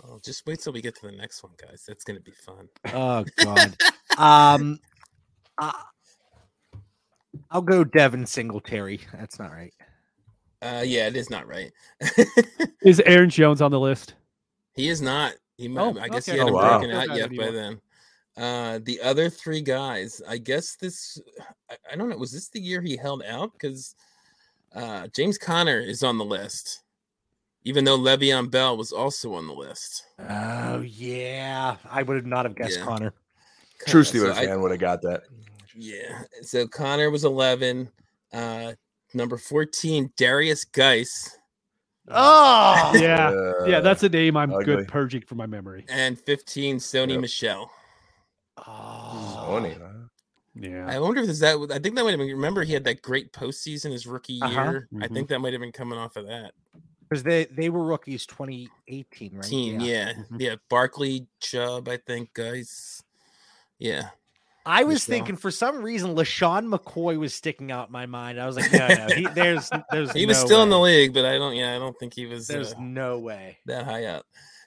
[SPEAKER 3] Oh, just wait till we get to the next one, guys. That's gonna be fun.
[SPEAKER 5] Oh God. um, uh, I'll go Devin Singletary. That's not right.
[SPEAKER 3] Uh, yeah, it is not right. *laughs*
[SPEAKER 4] Is Aaron Jones on the list?
[SPEAKER 3] he is not. He might,
[SPEAKER 4] Oh,
[SPEAKER 3] I guess he
[SPEAKER 4] okay.
[SPEAKER 3] had
[SPEAKER 6] Oh,
[SPEAKER 3] him
[SPEAKER 6] wow.
[SPEAKER 3] broken
[SPEAKER 4] Still
[SPEAKER 3] out
[SPEAKER 4] not
[SPEAKER 3] yet by
[SPEAKER 4] anymore.
[SPEAKER 3] then. Uh, the other three guys, I guess this, I, I don't know, was this the year he held out? Because uh, James Conner is on the list, even though Le'Veon Bell was also on the list.
[SPEAKER 5] Oh yeah, I would have not have guessed
[SPEAKER 3] Yeah.
[SPEAKER 5] Connor.
[SPEAKER 6] True
[SPEAKER 3] So
[SPEAKER 6] Steelers
[SPEAKER 3] I-
[SPEAKER 6] fan would have got that.
[SPEAKER 3] Yeah. So Connor was 11. Uh, number 14, Darius Geis.
[SPEAKER 7] Oh,
[SPEAKER 4] Yeah. Yeah,
[SPEAKER 6] Uh,
[SPEAKER 4] that's a name I'm
[SPEAKER 6] ugly.
[SPEAKER 4] good purging from my memory.
[SPEAKER 3] And 15, Sony
[SPEAKER 6] Yep.
[SPEAKER 3] Michelle.
[SPEAKER 4] Ah,
[SPEAKER 6] Sony, huh?
[SPEAKER 4] Yeah.
[SPEAKER 3] I wonder if is that. I think that might have been. Remember, he had that great postseason his rookie year.
[SPEAKER 5] Uh-huh.
[SPEAKER 3] I
[SPEAKER 4] Mhm.
[SPEAKER 3] think that might have been coming off of that
[SPEAKER 5] because they they were rookies 2018, right? Mm-hmm.
[SPEAKER 3] team. Yeah,
[SPEAKER 4] Mhm.
[SPEAKER 3] yeah. Barkley, Chubb. I think guys. Yeah,
[SPEAKER 5] I was
[SPEAKER 3] Michelle.
[SPEAKER 5] thinking for some reason LaShawn McCoy was sticking out in my mind. I was like, no, no, *laughs* he, there's there's
[SPEAKER 3] he was
[SPEAKER 5] no
[SPEAKER 3] still in the
[SPEAKER 5] way.
[SPEAKER 3] league, but I don't. Yeah, I don't think he was uh,
[SPEAKER 5] There's no way.
[SPEAKER 3] that high up.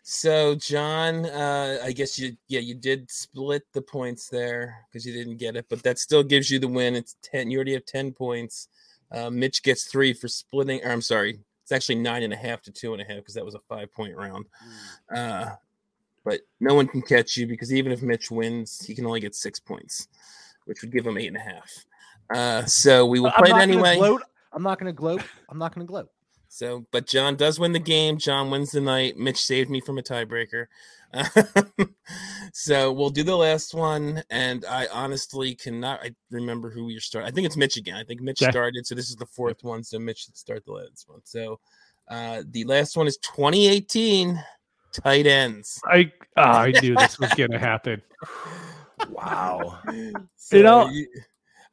[SPEAKER 3] So John, uh, I guess you yeah you did split the points there because you didn't get it, but that still gives you the win. It's ten. You already have ten points. Uh, Mitch gets three for splitting. Or I'm sorry, it's actually nine and a half to two and a half because that was a five point round. Uh, but no one can catch you because even if Mitch wins, he can only get six points, which would give him eight and a half. Uh, so we will
[SPEAKER 5] I'm
[SPEAKER 3] play it
[SPEAKER 5] not
[SPEAKER 3] anyway.
[SPEAKER 5] Gonna gloat. I'm not going to gloat. I'm not going to gloat.
[SPEAKER 3] So, but John does win the game. John wins the night. Mitch saved me from a tiebreaker. *laughs* so we'll do the last one, and I honestly cannot I remember who we started. I think it's Mitch again. I think Mitch
[SPEAKER 4] Okay.
[SPEAKER 3] started, so this is the fourth one. So Mitch should start the last one. So uh, the last one is 2018 tight ends.
[SPEAKER 4] I ah, I knew this was gonna happen.
[SPEAKER 6] Wow.
[SPEAKER 3] So
[SPEAKER 4] know,
[SPEAKER 3] you,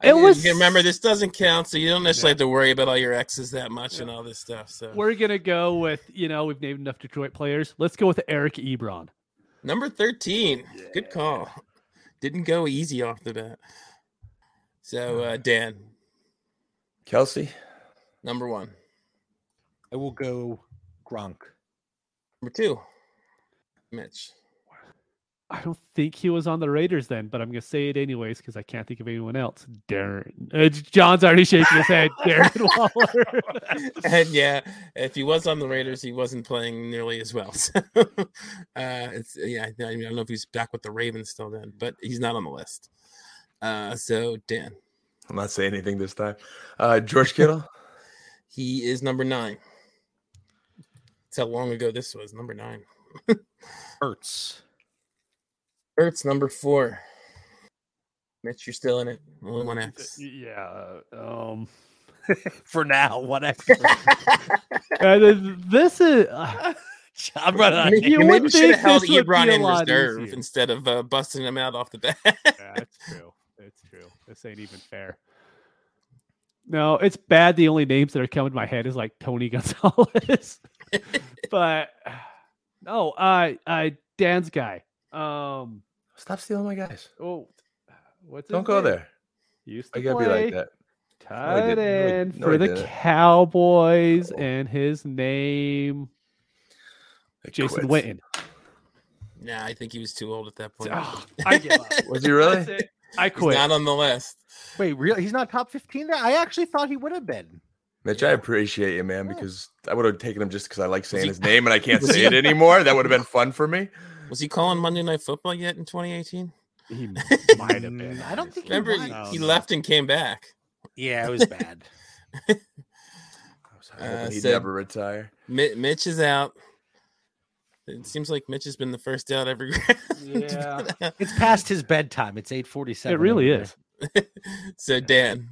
[SPEAKER 4] it
[SPEAKER 3] it
[SPEAKER 4] was-
[SPEAKER 3] was. Remember, this doesn't count, so you don't necessarily have to worry about all your exes that much and all this stuff. So
[SPEAKER 4] We're gonna go with you know we've named enough Detroit players. Let's go with Eric Ebron.
[SPEAKER 3] Number 13. Good call. Didn't go easy off the bat. So, uh, Dan,
[SPEAKER 6] Kelsey.
[SPEAKER 3] number one.
[SPEAKER 5] I will go Gronk.
[SPEAKER 3] Number two, Mitch.
[SPEAKER 4] I don't think he was on the Raiders then, but I'm gonna say it anyways because I can't think of anyone else. Darren, uh, John's already shaking his head. Darren Waller. *laughs*
[SPEAKER 3] *laughs* And yeah, if he was on the Raiders, he wasn't playing nearly as well. *laughs* So, uh, it's, uh, yeah, I mean, I don't know if he's back with the Ravens still then, but he's not on the list. Uh, so, Dan,
[SPEAKER 6] I'm not saying anything this time. Uh, George Kittle.
[SPEAKER 3] he is number nine. That's how long ago this was. Number nine.
[SPEAKER 5] Ertz.
[SPEAKER 3] Ertz, number four. Mitch, you're still in it. Only one X.
[SPEAKER 4] yeah. Um.
[SPEAKER 5] For now, *laughs* whatever.
[SPEAKER 4] and then this is. uh,
[SPEAKER 3] *laughs*
[SPEAKER 5] I'm running out of
[SPEAKER 4] You
[SPEAKER 3] You
[SPEAKER 4] would
[SPEAKER 3] maybe should
[SPEAKER 4] think
[SPEAKER 3] have held
[SPEAKER 4] this would be
[SPEAKER 3] Ebron
[SPEAKER 4] a
[SPEAKER 3] in
[SPEAKER 4] lot
[SPEAKER 3] reserve
[SPEAKER 4] easier.
[SPEAKER 3] instead of uh, busting him out off the bat.
[SPEAKER 4] yeah, it's true. It's true. This ain't even fair. No, it's bad. The only names that are coming to my head is like Tony *laughs* Gonzalez, but no, I, I Dan's guy. Um,
[SPEAKER 6] Stop stealing my guys.
[SPEAKER 4] oh, what's his
[SPEAKER 6] Don't go
[SPEAKER 4] name?
[SPEAKER 6] there.
[SPEAKER 4] Used to
[SPEAKER 6] I gotta
[SPEAKER 4] play
[SPEAKER 6] be like that. I
[SPEAKER 4] tight
[SPEAKER 6] didn't. No, I-
[SPEAKER 4] end
[SPEAKER 6] no,
[SPEAKER 4] for
[SPEAKER 6] I
[SPEAKER 4] the
[SPEAKER 6] didn't.
[SPEAKER 4] Cowboys,
[SPEAKER 6] Oh.
[SPEAKER 4] and his name
[SPEAKER 6] I
[SPEAKER 4] Jason
[SPEAKER 6] quit.
[SPEAKER 4] Witten.
[SPEAKER 3] *laughs* nah, I think he was too old at that point. *laughs*
[SPEAKER 4] Ah, I give up.
[SPEAKER 6] Was he really?
[SPEAKER 4] That's it. I
[SPEAKER 3] He's
[SPEAKER 4] quit.
[SPEAKER 3] not on the list.
[SPEAKER 5] Wait, real? He's not top 15 there? I actually thought he would have been.
[SPEAKER 6] *laughs* Mitch, I appreciate you, man, because I would have taken him just because I like saying
[SPEAKER 3] he-
[SPEAKER 6] his name and I *laughs* can't
[SPEAKER 3] was
[SPEAKER 6] say
[SPEAKER 3] he-
[SPEAKER 6] it anymore. That would have been fun for *laughs* me.
[SPEAKER 3] Was he calling Monday Night Football yet in 2018?
[SPEAKER 4] He *laughs* Oh, might have been.
[SPEAKER 5] Mm, I don't think he
[SPEAKER 3] *laughs* Remember, he,
[SPEAKER 5] was.
[SPEAKER 3] he left and came back.
[SPEAKER 5] *laughs* Yeah, it was bad.
[SPEAKER 6] I was hoping
[SPEAKER 3] Uh,
[SPEAKER 6] he'd
[SPEAKER 3] so-
[SPEAKER 6] never retire.
[SPEAKER 3] Mi- Mitch is out. It seems like Mitch has been the first out every *laughs*
[SPEAKER 4] Yeah.
[SPEAKER 5] It's past his bedtime. It's 8:47.
[SPEAKER 4] It really
[SPEAKER 5] over
[SPEAKER 4] is.
[SPEAKER 5] *laughs*
[SPEAKER 3] so, Dan,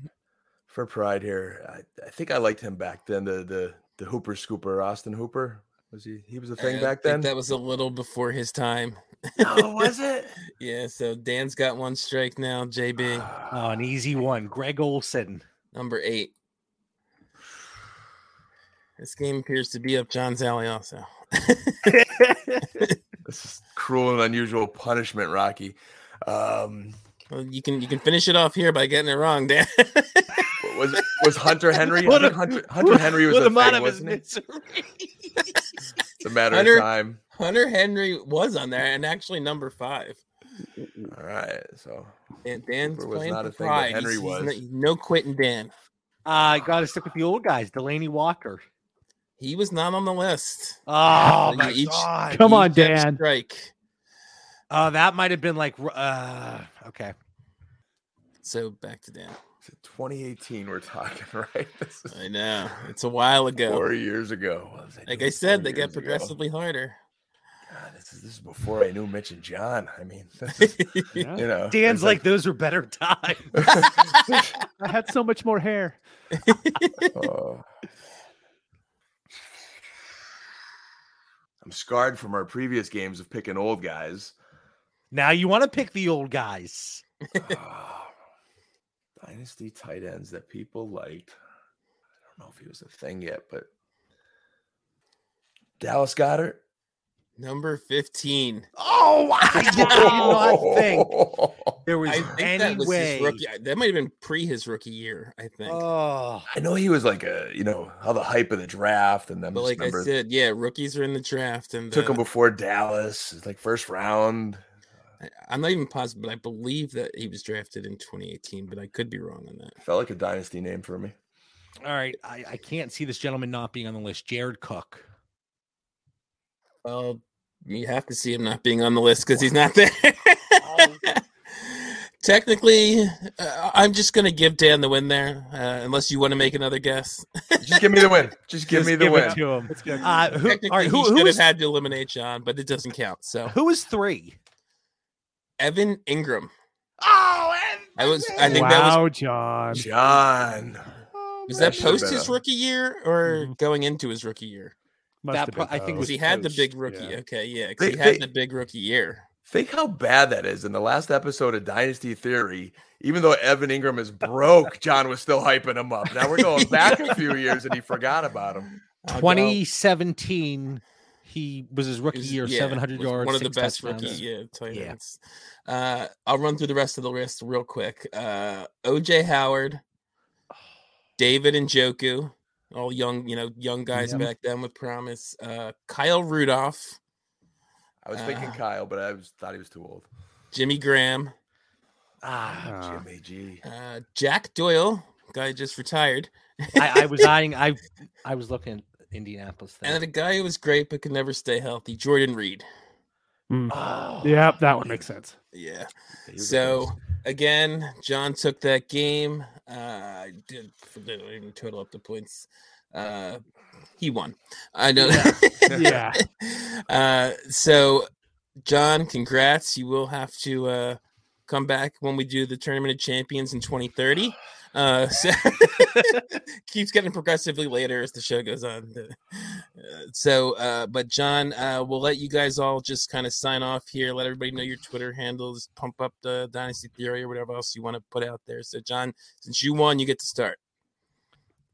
[SPEAKER 6] For pride here, I, I think I liked him back then. The the the Hooper Scooper, Austin Hooper. Was he? He was a thing
[SPEAKER 3] uh, I
[SPEAKER 6] back then.
[SPEAKER 3] think that was a little before his time.
[SPEAKER 6] no,
[SPEAKER 5] Oh,
[SPEAKER 6] was it?
[SPEAKER 3] Yeah, so Dan's got one strike now. JB,
[SPEAKER 5] there. Oh, an easy one. Greg Olson.
[SPEAKER 3] number eight. This game appears to be up John's alley, also.
[SPEAKER 6] This is cruel and unusual punishment, Rocky. Um,
[SPEAKER 3] Well, you can you can finish it off here by getting it wrong, Dan. *laughs*
[SPEAKER 6] what *laughs* was it- was Hunter Henry? I
[SPEAKER 5] What
[SPEAKER 6] think *laughs*
[SPEAKER 5] a-
[SPEAKER 6] Hunter, Hunter Henry was
[SPEAKER 5] Put
[SPEAKER 6] a
[SPEAKER 5] him out
[SPEAKER 6] thing,
[SPEAKER 5] of his
[SPEAKER 6] wasn't he?
[SPEAKER 5] misery.
[SPEAKER 6] It's a matter
[SPEAKER 3] Hunter-
[SPEAKER 6] of time.
[SPEAKER 3] Hunter Henry was on there and actually number five.
[SPEAKER 6] All right, so
[SPEAKER 3] Dan, Dan's
[SPEAKER 6] Cooper was
[SPEAKER 3] playing
[SPEAKER 6] not
[SPEAKER 3] for
[SPEAKER 6] a thing, but
[SPEAKER 3] pride.
[SPEAKER 6] Henry
[SPEAKER 3] He's- he's
[SPEAKER 6] was.
[SPEAKER 3] no, no quitting, Dan.
[SPEAKER 5] Uh, I got to stick with the old guys. Delaney Walker.
[SPEAKER 3] He was not on the list.
[SPEAKER 5] Oh
[SPEAKER 3] You
[SPEAKER 5] my
[SPEAKER 3] each-
[SPEAKER 5] god.
[SPEAKER 4] Come
[SPEAKER 3] You
[SPEAKER 4] on,
[SPEAKER 3] get a
[SPEAKER 4] Dan.
[SPEAKER 3] Strike.
[SPEAKER 5] Oh, that might have been like. Uh, okay.
[SPEAKER 3] So back to Dan.
[SPEAKER 6] Is it 2018 we're talking, *laughs* right? This is
[SPEAKER 3] I know it's a while ago.
[SPEAKER 6] four years ago. What was
[SPEAKER 3] Like
[SPEAKER 6] doing
[SPEAKER 3] I said,
[SPEAKER 6] four
[SPEAKER 3] they
[SPEAKER 6] years
[SPEAKER 3] get
[SPEAKER 6] ago?
[SPEAKER 3] progressively harder.
[SPEAKER 6] God, this This is, this is before I knew Mitch and John. I mean, *laughs* this is,
[SPEAKER 4] Yeah.
[SPEAKER 6] you know,
[SPEAKER 5] *laughs* Dan's
[SPEAKER 6] it's
[SPEAKER 5] like, those were better times.
[SPEAKER 3] *laughs*
[SPEAKER 4] I had so much more hair.
[SPEAKER 6] *laughs* oh. I'm scarred from our previous games of picking old
[SPEAKER 3] *laughs*
[SPEAKER 6] guys.
[SPEAKER 5] now you want to pick the old guys.
[SPEAKER 6] Ah, Dynasty tight ends that people liked. I don't know if he was a thing yet, but Dallas Goddard.
[SPEAKER 3] Number 15.
[SPEAKER 5] Oh, I did not
[SPEAKER 6] *laughs*
[SPEAKER 5] think there was
[SPEAKER 3] I think
[SPEAKER 5] any
[SPEAKER 3] that was
[SPEAKER 5] way.
[SPEAKER 3] his rookie. That might have been pre his rookie year, I think.
[SPEAKER 5] Oh,
[SPEAKER 6] I know he was like a, you know, all the hype of the draft, and then
[SPEAKER 3] but like I said, yeah, rookies are in the draft, and
[SPEAKER 6] took
[SPEAKER 3] uh,
[SPEAKER 6] him before Dallas, it's like first round.
[SPEAKER 3] I- I'm not even positive, but I believe that he was drafted in 2018, but I could be wrong on that.
[SPEAKER 6] Felt like a dynasty name for me.
[SPEAKER 5] all right. I, I can't see this gentleman not being on the list. Jared Cook.
[SPEAKER 3] Well, you have to see him not being on the list because he's not there. *laughs* Technically, uh, I'm just gonna give Dan the win there, uh, unless you want to make another guess.
[SPEAKER 6] Just give me
[SPEAKER 3] *laughs*
[SPEAKER 6] the win. Just give
[SPEAKER 4] Just
[SPEAKER 6] me the
[SPEAKER 4] give
[SPEAKER 6] win.
[SPEAKER 4] it to him.
[SPEAKER 5] Uh, who, all
[SPEAKER 3] Technically,
[SPEAKER 5] right, who,
[SPEAKER 3] he should
[SPEAKER 5] who,
[SPEAKER 3] have
[SPEAKER 5] is,
[SPEAKER 3] had to eliminate John, but it doesn't count. So
[SPEAKER 5] who is three?
[SPEAKER 3] Evan Ingram.
[SPEAKER 5] Oh,
[SPEAKER 3] I was. I think that was.
[SPEAKER 4] Wow, John.
[SPEAKER 6] John.
[SPEAKER 3] Was
[SPEAKER 6] that
[SPEAKER 3] that
[SPEAKER 6] should've
[SPEAKER 3] post
[SPEAKER 6] been
[SPEAKER 3] his
[SPEAKER 6] a-
[SPEAKER 3] rookie year or going into his rookie year?
[SPEAKER 4] Must
[SPEAKER 5] That
[SPEAKER 4] have been
[SPEAKER 5] pro- I think
[SPEAKER 3] Because
[SPEAKER 5] was
[SPEAKER 4] close.
[SPEAKER 3] he had the
[SPEAKER 5] post,
[SPEAKER 3] big rookie.
[SPEAKER 4] yeah.
[SPEAKER 3] Okay, yeah, 'cause he
[SPEAKER 6] They-
[SPEAKER 3] had
[SPEAKER 6] they-
[SPEAKER 3] the big rookie year.
[SPEAKER 6] Think how bad that is. In the last episode of Dynasty Theory, even though Evan Ingram
[SPEAKER 3] *laughs*
[SPEAKER 6] is broke, John was still hyping him up. Now we're going back a few years and he forgot about him.
[SPEAKER 3] I'll go-
[SPEAKER 5] 2017. He was his rookie
[SPEAKER 3] It was-
[SPEAKER 5] year,
[SPEAKER 3] yeah,
[SPEAKER 5] 700
[SPEAKER 3] was
[SPEAKER 5] yards.
[SPEAKER 3] One of the
[SPEAKER 5] six
[SPEAKER 3] best
[SPEAKER 5] touchdowns.
[SPEAKER 3] rookie yeah, tight
[SPEAKER 5] Yeah.
[SPEAKER 3] ends. Uh, I'll run through the rest of the list real quick. Uh, OJ Howard, David and Joku, all young, you know, young guys
[SPEAKER 5] Yep.
[SPEAKER 3] back then with promise. Uh, Kyle Rudolph,
[SPEAKER 6] I was thinking
[SPEAKER 3] Ah.
[SPEAKER 6] Kyle, but I was, thought he was too old.
[SPEAKER 3] Jimmy Graham,
[SPEAKER 5] Ah,
[SPEAKER 4] Ah.
[SPEAKER 6] Jimmy G.
[SPEAKER 3] uh, Jack Doyle, guy just retired,
[SPEAKER 5] I, I was eyeing. I I was looking at Indianapolis.
[SPEAKER 3] and then
[SPEAKER 5] Then.
[SPEAKER 3] a guy who was great but could never stay healthy, Jordan Reed.
[SPEAKER 5] Oh,
[SPEAKER 4] Yep, that one makes sense.
[SPEAKER 3] Yeah.
[SPEAKER 6] He was the
[SPEAKER 3] So
[SPEAKER 6] best.
[SPEAKER 3] again, John took that game. Uh, I did forget I didn't total up the points. Uh, he won. I know.
[SPEAKER 4] *laughs* Yeah.
[SPEAKER 3] uh, so, John, congrats. You will have to uh, come back when we do the Tournament of Champions in 2030. Uh, *laughs* so keeps getting progressively later as the show goes on. Uh, so, uh, but John, uh, we'll let you guys all just kind of sign off here. Let everybody know your Twitter handles. Pump up the Dynasty Theory or whatever else you want to put out there. So, John, since you won, you get to start.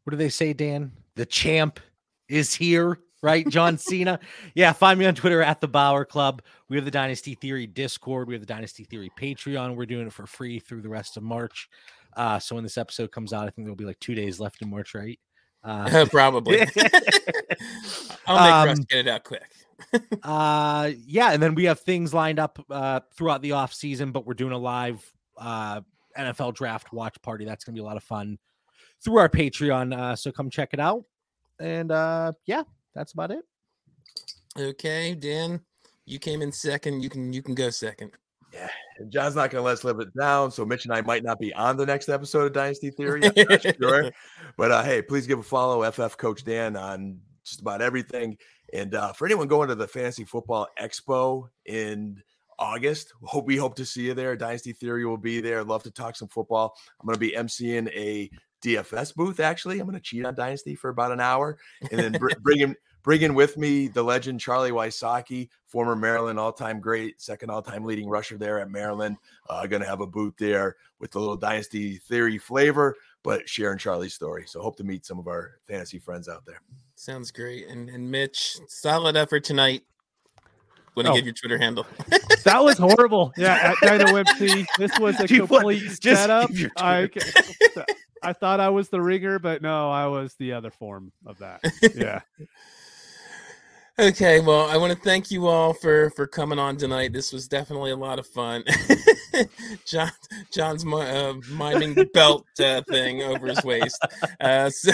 [SPEAKER 5] what do they say, Dan? The champ is here, right? John *laughs* Cena. Yeah, find me on Twitter at the Bauer Club. We have the Dynasty Theory Discord. We have the Dynasty Theory Patreon. We're doing it for free through the rest of March. Uh, so when this episode comes out, I think there'll be like two days left in March, right? Uh,
[SPEAKER 3] *laughs*
[SPEAKER 5] *laughs*
[SPEAKER 3] Probably. I'll make Russ
[SPEAKER 5] Um,
[SPEAKER 3] get it out quick.
[SPEAKER 5] uh yeah and then we have things lined up uh throughout the off season but we're doing a live uh nfl draft watch party that's gonna be a lot of fun through our patreon uh so come check it out and uh yeah that's about it
[SPEAKER 3] Okay, Dan, you came in second. You can you can go second.
[SPEAKER 6] And John's not going to let us live it down. So Mitch and I might not be on the next episode of Dynasty Theory. I'm not sure. But uh, hey, please give a follow FF Coach Dan on just about everything. And uh, for anyone going to the Fantasy Football Expo in August, hope we hope to see you there. Dynasty Theory will be there. Love to talk some football. I'm going to be emceeing a DFS booth. Actually, I'm going to cheat on Dynasty for about an hour, and then br- bring him. Bringing with me the legend Charlie Wysocki, former Maryland all-time great, second all-time leading rusher there at Maryland. Uh, going to have a booth there with a little Dynasty Theory flavor but sharing Charlie's story. So hope to meet some of our fantasy friends out there.
[SPEAKER 3] Sounds great. And and Mitch, solid effort tonight. Want to
[SPEAKER 4] Oh.
[SPEAKER 3] give your Twitter handle? *laughs*
[SPEAKER 4] That was horrible. Yeah, at Dino MC, this was a
[SPEAKER 5] Do *laughs* you want-
[SPEAKER 4] complete
[SPEAKER 5] just give
[SPEAKER 4] setup.
[SPEAKER 5] your
[SPEAKER 4] I, I thought I was the ringer, but no, I was the other form of
[SPEAKER 3] *laughs*
[SPEAKER 4] that. Yeah.
[SPEAKER 3] Okay, well, I want to thank you all for for coming on tonight. This was definitely a lot of fun. *laughs* John John's mi- uh, miming the belt uh, thing over his waist. Uh, *laughs* so,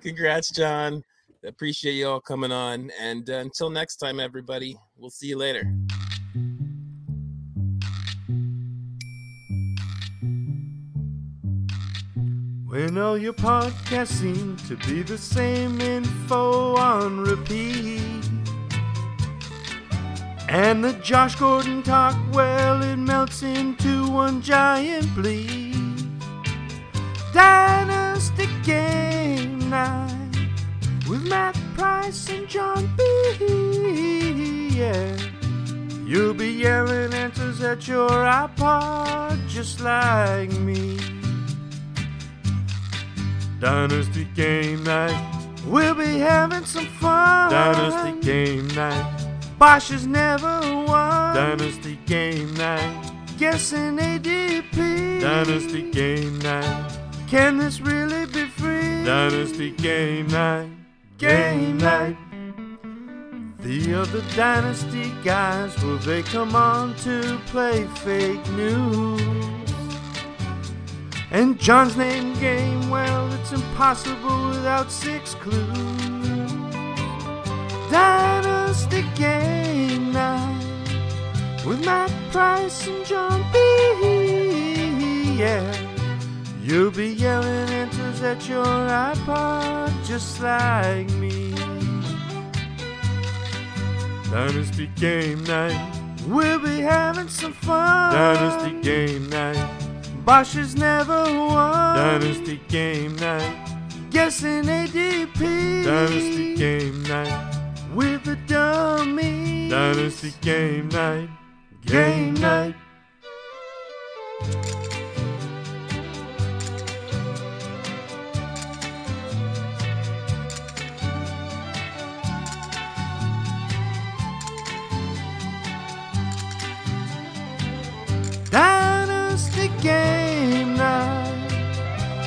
[SPEAKER 3] congrats, John. Appreciate you all coming on. And uh, until next time, everybody, we'll see you later.
[SPEAKER 7] When all your podcasts seem to be the same info on repeat. And the Josh Gordon talk, well, it melts into one giant bleed. Dynasty Game Night with Matt Price and John B. Yeah. You'll be yelling answers at your iPod just like me. Dynasty Game Night, we'll be having some fun. Dynasty Game Night. Bosch has never won. Dynasty game night. Guessing ADP. Dynasty game night. Can this really be free? Dynasty game night. Game night. The other dynasty guys, will they come on to play fake news? And John's name game, well, it's impossible without six clues. Dynasty Game Night with Matt Price and John B. Yeah, you'll be yelling answers at your iPod just like me. Dynasty Game Night, we'll be having some fun. Dynasty Game Night, Bosch has never won. Dynasty Game Night, guessing ADP. Dynasty Game Night with the dummies. Dynasty game night, game night. Dynasty game night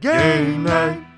[SPEAKER 7] game, night.